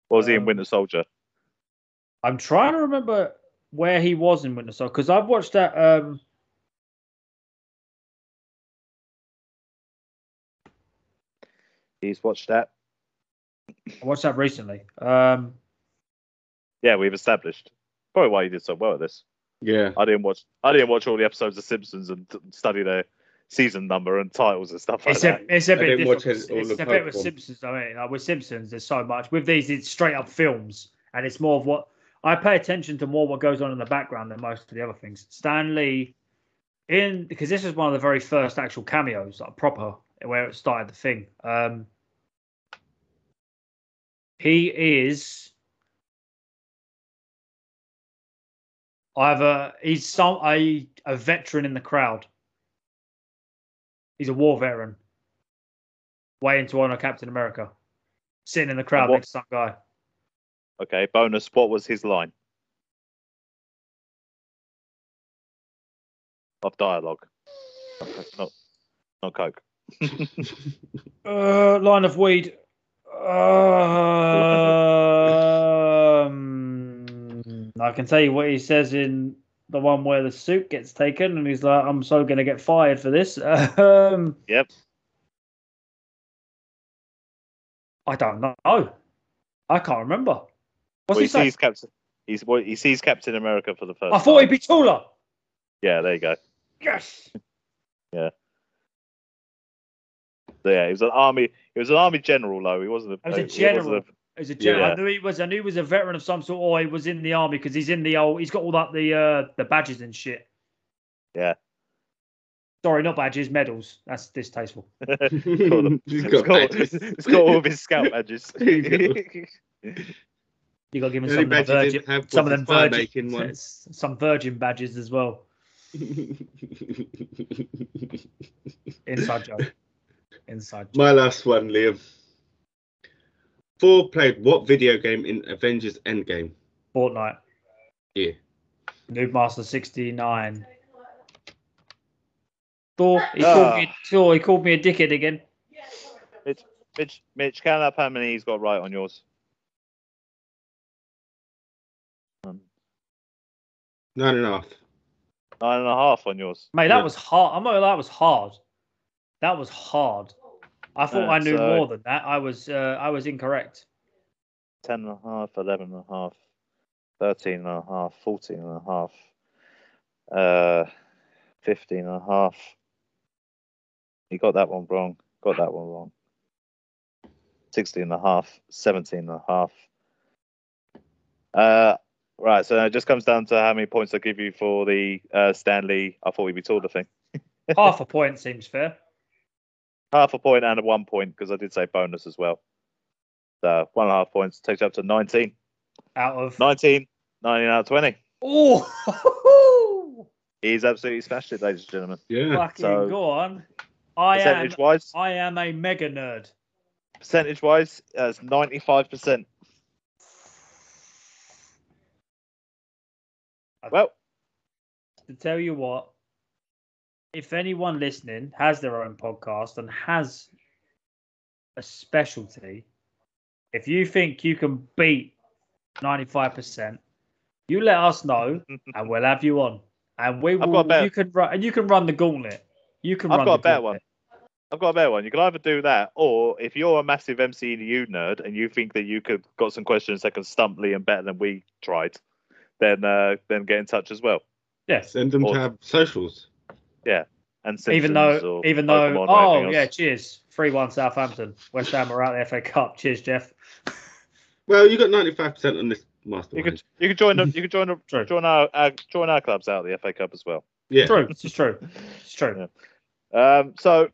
Speaker 1: What was he in
Speaker 2: Um,
Speaker 1: Winter Soldier?
Speaker 2: I'm trying to remember where he was in Winter Soldier because I've watched that. Um,
Speaker 1: He's watched that.
Speaker 2: I watched that recently. Um,
Speaker 1: Yeah, we've established. Probably why he did so well at this.
Speaker 3: Yeah.
Speaker 1: I didn't watch. I didn't watch all the episodes of Simpsons and t- study their season number and titles and stuff like
Speaker 2: it's
Speaker 1: that.
Speaker 2: a it's a
Speaker 3: I
Speaker 2: bit
Speaker 3: didn't watch
Speaker 2: different.
Speaker 3: it all
Speaker 2: It's
Speaker 3: the
Speaker 2: a bit with
Speaker 3: platform.
Speaker 2: Simpsons. I mean, like with Simpsons, there's so much. With these, it's straight up films, and it's more of what I pay attention to more what goes on in the background than most of the other things. Stan Lee, in because this is one of the very first actual cameos, like proper, where it started the thing. Um, he is either he's some a a veteran in the crowd. He's a war veteran. Way into honor Captain America, sitting in the crowd
Speaker 1: what-
Speaker 2: next to some guy.
Speaker 1: Okay. Bonus. What was his line of dialogue? Not, not coke.
Speaker 2: Uh, line of weed. Uh, Um, I can tell you what he says in the one where the suit gets taken, and he's like, "I'm so gonna get fired for this." Um,
Speaker 1: Yep.
Speaker 2: I don't know. I can't remember.
Speaker 1: Well,
Speaker 2: What's he
Speaker 1: he
Speaker 2: saying?
Speaker 1: sees Captain. He's well, he sees Captain America for the first.
Speaker 2: I thought
Speaker 1: time.
Speaker 2: he'd be taller.
Speaker 1: Yeah. There you go.
Speaker 2: Yes.
Speaker 1: So, yeah. He was an army. He was an army general though. He wasn't.
Speaker 2: He was a
Speaker 1: he wasn't
Speaker 2: general. As a general, I
Speaker 1: Yeah.
Speaker 2: knew he was. I knew he was a veteran of some sort, or he was in the army because he's in the old. He's got all that the uh the badges and shit.
Speaker 1: Yeah.
Speaker 2: Sorry, not badges, medals. That's distasteful.
Speaker 3: He's
Speaker 1: It's
Speaker 3: got
Speaker 1: got,
Speaker 3: badges.
Speaker 1: it's got all of his scalp edges.
Speaker 2: You got to give him
Speaker 3: The only
Speaker 2: some of
Speaker 3: badge
Speaker 2: them
Speaker 3: he
Speaker 2: virgin,
Speaker 3: didn't have was
Speaker 2: some of
Speaker 3: his
Speaker 2: them
Speaker 3: fire
Speaker 2: virgin,
Speaker 3: making one.
Speaker 2: s- some virgin badges as well. Inside joke. Inside joke.
Speaker 3: My last one, Liam. Thor played what video game in Avengers Endgame?
Speaker 2: Fortnite.
Speaker 3: Yeah.
Speaker 2: Noob Master sixty nine. Thor. He
Speaker 1: Ah.
Speaker 2: called me. Thor. He called me a dickhead again.
Speaker 1: Mitch, Mitch, count up how many he's got right on yours. Um,
Speaker 3: Nine and a half.
Speaker 1: Nine and a half on yours.
Speaker 2: Mate, that
Speaker 3: Yeah.
Speaker 2: was hard. I'm not gonna lie, that was hard. That was hard. I thought
Speaker 1: Uh,
Speaker 2: I knew
Speaker 1: so-
Speaker 2: more than that. I was uh, I was incorrect.
Speaker 1: Ten and a half, eleven and a half, thirteen and a half, fourteen and a half, uh, fifteen and a half. You got that one wrong. Got that one wrong. Sixteen and a half, seventeen and a half. Uh, right. So it just comes down to how many points I give you for the uh, Stanley. I thought we'd be taller thing.
Speaker 2: Half a point seems fair.
Speaker 1: half a point and a one point because I did say bonus as well. So one and a half points takes you up to 19.
Speaker 2: Out of
Speaker 1: 19, 19 out of 20.
Speaker 2: oh,
Speaker 1: He's absolutely smashed it, ladies and gentlemen.
Speaker 3: Yeah.
Speaker 2: fucking
Speaker 1: So-
Speaker 2: go on.
Speaker 1: um,
Speaker 2: I am
Speaker 1: Percentage wise,
Speaker 2: I am a mega nerd.
Speaker 1: percentage wise, that's 95%. Well,
Speaker 2: To tell you what, if anyone listening has their own podcast and has a specialty, if you think you can beat ninety five percent, you let us know. and we'll have you on. And we
Speaker 1: I've
Speaker 2: will.
Speaker 1: got a better-
Speaker 2: You can run, and you can run the gauntlet. You can.
Speaker 1: I've
Speaker 2: run
Speaker 1: got a
Speaker 2: the
Speaker 1: better
Speaker 2: gauntlet.
Speaker 1: I've got a better one. You can either do that, or if you're a massive MCU E nerd and you think that you could got some questions that can stump Liam better than we tried, then uh, then get in touch as well.
Speaker 2: Yes.
Speaker 3: Send them
Speaker 1: Or-
Speaker 3: to our socials.
Speaker 1: And
Speaker 2: Even
Speaker 1: Simpsons
Speaker 2: though,
Speaker 1: or
Speaker 2: even though,
Speaker 1: Pokemon or
Speaker 2: oh
Speaker 1: anything
Speaker 2: yeah,
Speaker 1: else.
Speaker 2: cheers, three one Southampton, West Ham are out of the FA Cup. Cheers, Jeff.
Speaker 3: Well, you got 95% on this mastermind.
Speaker 1: You could you could join the you could join the
Speaker 2: True.
Speaker 1: join our, our join our uh, clubs out of the FA Cup as well.
Speaker 3: yeah.
Speaker 2: True, it's true, it's true.
Speaker 1: Yeah. Um, so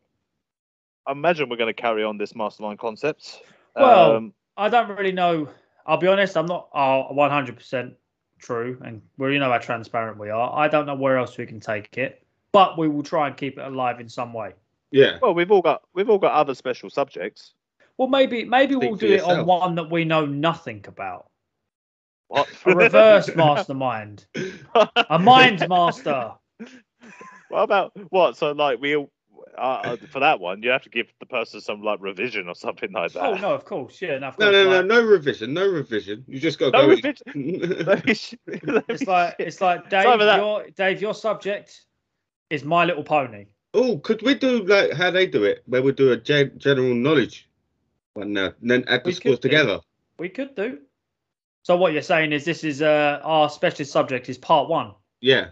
Speaker 1: I imagine we're going to carry on this mastermind concept.
Speaker 2: Well-
Speaker 1: um,
Speaker 2: I don't really know. I'll be honest. I'm not uh, one hundred percent true, and we you know how transparent we are. I don't know where else we can take it, but we will try and keep it alive in some way.
Speaker 3: Yeah.
Speaker 1: well, we've all got we've all got other special subjects.
Speaker 2: Well, maybe maybe
Speaker 3: Speak
Speaker 2: we'll
Speaker 3: for
Speaker 2: do it on
Speaker 3: yourself.
Speaker 2: one that we know nothing about.
Speaker 1: What?
Speaker 2: A reverse mastermind, a mind master.
Speaker 1: What about what? So like we uh, uh, for that one, you have to give the person some like revision or something like that.
Speaker 2: Oh no, of course, yeah, no, of
Speaker 3: No,
Speaker 2: course.
Speaker 3: no, no,
Speaker 2: like,
Speaker 3: no revision, no revision. You just got to
Speaker 1: No
Speaker 3: go.
Speaker 1: revision.
Speaker 3: in.
Speaker 1: Let me sh- let me
Speaker 2: It's like
Speaker 1: shit.
Speaker 2: it's like Dave.
Speaker 1: over that.
Speaker 2: Your Dave, your subject is My Little Pony.
Speaker 3: oh, could we do like how they do it, where we do a gen- general knowledge one now, and then add the
Speaker 2: We
Speaker 3: scores
Speaker 2: could do.
Speaker 3: together?
Speaker 2: We could do. So what you're saying is this is uh, our specialist subject is part one.
Speaker 3: Yeah.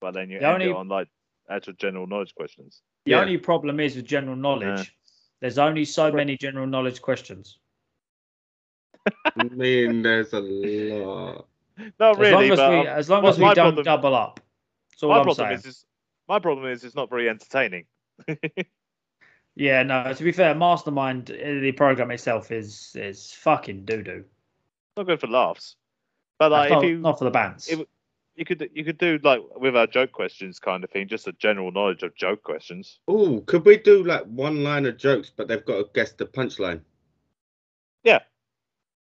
Speaker 1: Well, then you
Speaker 2: The
Speaker 1: end it
Speaker 2: only-
Speaker 1: on like actual general knowledge questions.
Speaker 2: The
Speaker 3: Yeah.
Speaker 2: only problem is with general knowledge, there's only so many general knowledge questions.
Speaker 3: I mean, there's a lot.
Speaker 1: Not
Speaker 2: as long
Speaker 1: really,
Speaker 2: as
Speaker 1: but
Speaker 2: we,
Speaker 1: um,
Speaker 2: as long
Speaker 1: well,
Speaker 2: as we
Speaker 1: my
Speaker 2: don't
Speaker 1: problem-
Speaker 2: double up. That's all
Speaker 1: my
Speaker 2: I'm
Speaker 1: problem
Speaker 2: saying.
Speaker 1: is, is my problem is it's not very entertaining.
Speaker 2: Yeah, no. To be fair, Mastermind, uh, the program itself is is fucking doo doo.
Speaker 1: Not good for laughs. But like if
Speaker 2: not,
Speaker 1: you
Speaker 2: not for the bands.
Speaker 1: it would- you could you could do like with our joke questions kind of thing, just a general knowledge of joke questions.
Speaker 3: Oh, could we do like one line of jokes, but they've got to guess the punchline?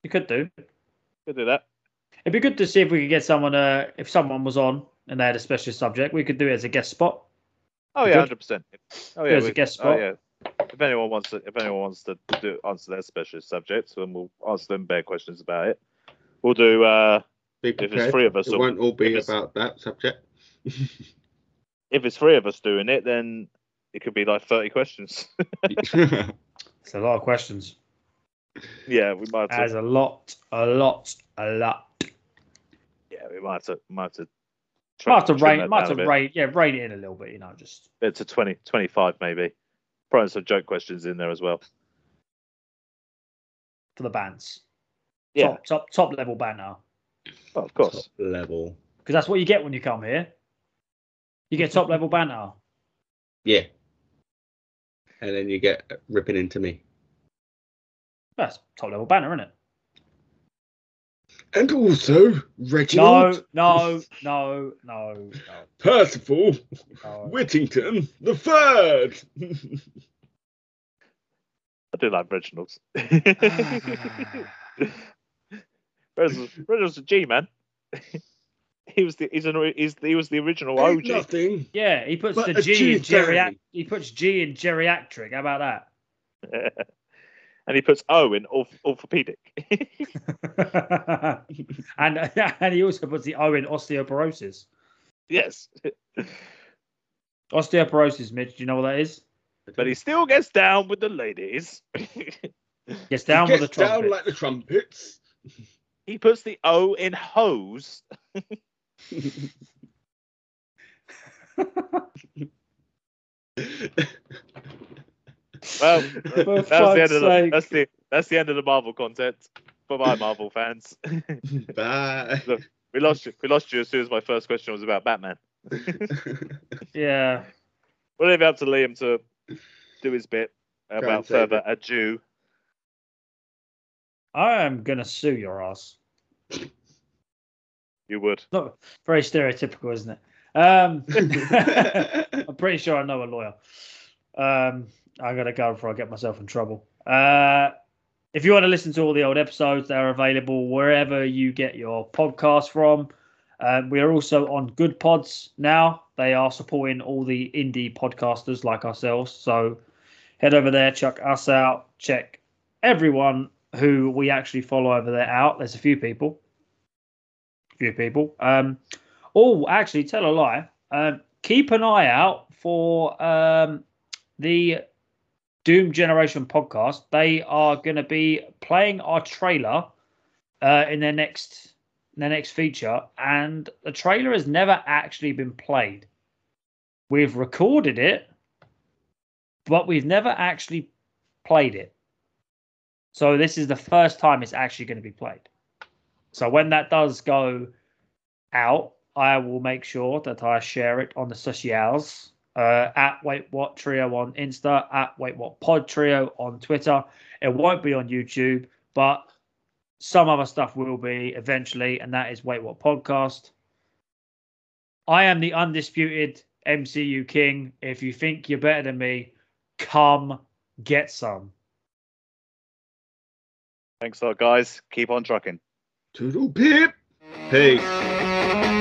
Speaker 2: you could do.
Speaker 1: Could do that.
Speaker 2: It'd be good to see if we could get someone. Uh, if someone was on and they had a special subject, we could do it as a guest spot.
Speaker 1: Oh
Speaker 2: Good.
Speaker 1: yeah, hundred percent. Oh yeah,
Speaker 2: There's a
Speaker 1: we-
Speaker 2: guest
Speaker 1: oh,
Speaker 2: spot.
Speaker 1: yeah. If anyone wants to, if anyone wants to do, answer their special subjects, then we'll answer them bare questions about it. We'll do uh,
Speaker 3: Be
Speaker 1: if
Speaker 3: prepared.
Speaker 1: it's three of us.
Speaker 3: It
Speaker 1: all-
Speaker 3: won't all
Speaker 1: if
Speaker 3: be
Speaker 1: it's-
Speaker 3: about that subject.
Speaker 1: If it's three of us doing it, then it could be like thirty questions.
Speaker 2: It's a lot of questions.
Speaker 1: yeah, we might. Have
Speaker 2: There's
Speaker 1: to,
Speaker 2: a lot, a lot, a lot.
Speaker 1: yeah, we might have to. Might have to. trim-
Speaker 2: Might have to
Speaker 1: trim
Speaker 2: rate,
Speaker 1: that
Speaker 2: might
Speaker 1: down
Speaker 2: have
Speaker 1: a
Speaker 2: to
Speaker 1: bit.
Speaker 2: rate, yeah, rate it in a little bit. You know, just
Speaker 1: Bit to 20, 25 maybe. Probably some joke questions in there as well.
Speaker 2: for the bands.
Speaker 1: Yeah.
Speaker 2: Top, top, top level banner.
Speaker 1: Oh, of course.
Speaker 3: Top level.
Speaker 2: Because that's what you get when you come here. You get top level banner.
Speaker 3: Yeah. And then you get ripping into me.
Speaker 2: That's top level banner, isn't it?
Speaker 3: And also,
Speaker 2: No,
Speaker 3: Reginald,
Speaker 2: no, no, no, no,
Speaker 3: Percival,
Speaker 2: no.
Speaker 3: Whittington, the third.
Speaker 1: I do like Reginald's.
Speaker 2: Ah.
Speaker 1: Reginald's, Reginald's a G man. he was the he's an he's the, he was the original
Speaker 3: Ain't
Speaker 1: OG.
Speaker 3: nothing.
Speaker 2: yeah, he puts
Speaker 3: But
Speaker 2: the
Speaker 3: a
Speaker 2: G in
Speaker 3: G down.
Speaker 2: geriatric. He puts G in geriatric. How about
Speaker 1: and he puts O in orth- orthopedic.
Speaker 2: that? and and he also puts the O in osteoporosis.
Speaker 1: yes,
Speaker 2: Osteoporosis, Mitch. Do you know what that is?
Speaker 1: but he still gets down with the ladies.
Speaker 2: Gets down
Speaker 3: He
Speaker 2: with the
Speaker 3: gets down
Speaker 2: trumpet.
Speaker 3: like the trumpets.
Speaker 1: he puts the O in hose. Well, that's
Speaker 2: For
Speaker 1: the end
Speaker 2: fuck's
Speaker 1: of the,
Speaker 2: sake.
Speaker 1: that's the that's the end of the Marvel content for my Marvel fans.
Speaker 3: Bye.
Speaker 1: We lost you. We lost you as soon as my first question was about Batman.
Speaker 2: Yeah.
Speaker 1: We'll leave it up to Liam to do his bit
Speaker 3: Try
Speaker 1: about
Speaker 3: and save
Speaker 1: further ado.
Speaker 2: I am gonna sue your ass.
Speaker 1: You would.
Speaker 2: Not very stereotypical, isn't it? Um, I'm pretty sure I know a lawyer. Um, I gotta go before I get myself in trouble. Uh, if you want to listen to all the old episodes, they're available wherever you get your podcast from. Um, we are also on Good Pods now. They are supporting all the indie podcasters like ourselves. So head over there, check us out, check everyone who we actually follow over there out. There's a few people. Few people. Um, oh, actually, tell a lie. Um, keep an eye out for um, the Doom Generation podcast. They are going to be playing our trailer uh, in their next in their next feature, and the trailer has never actually been played. We've recorded it, but we've never actually played it. So this is the first time it's actually going to be played. So when that does go out, I will make sure that I share it on the socials uh, at Wait What Trio on Insta, at Wait What Pod Trio on Twitter. It won't be on YouTube, but some other stuff will be eventually, and that is Wait What Podcast. I am the undisputed MCU king. If you think you're better than me, come get some.
Speaker 1: Thanks a lot, guys. Keep on trucking.
Speaker 3: Toodle pip. Peace.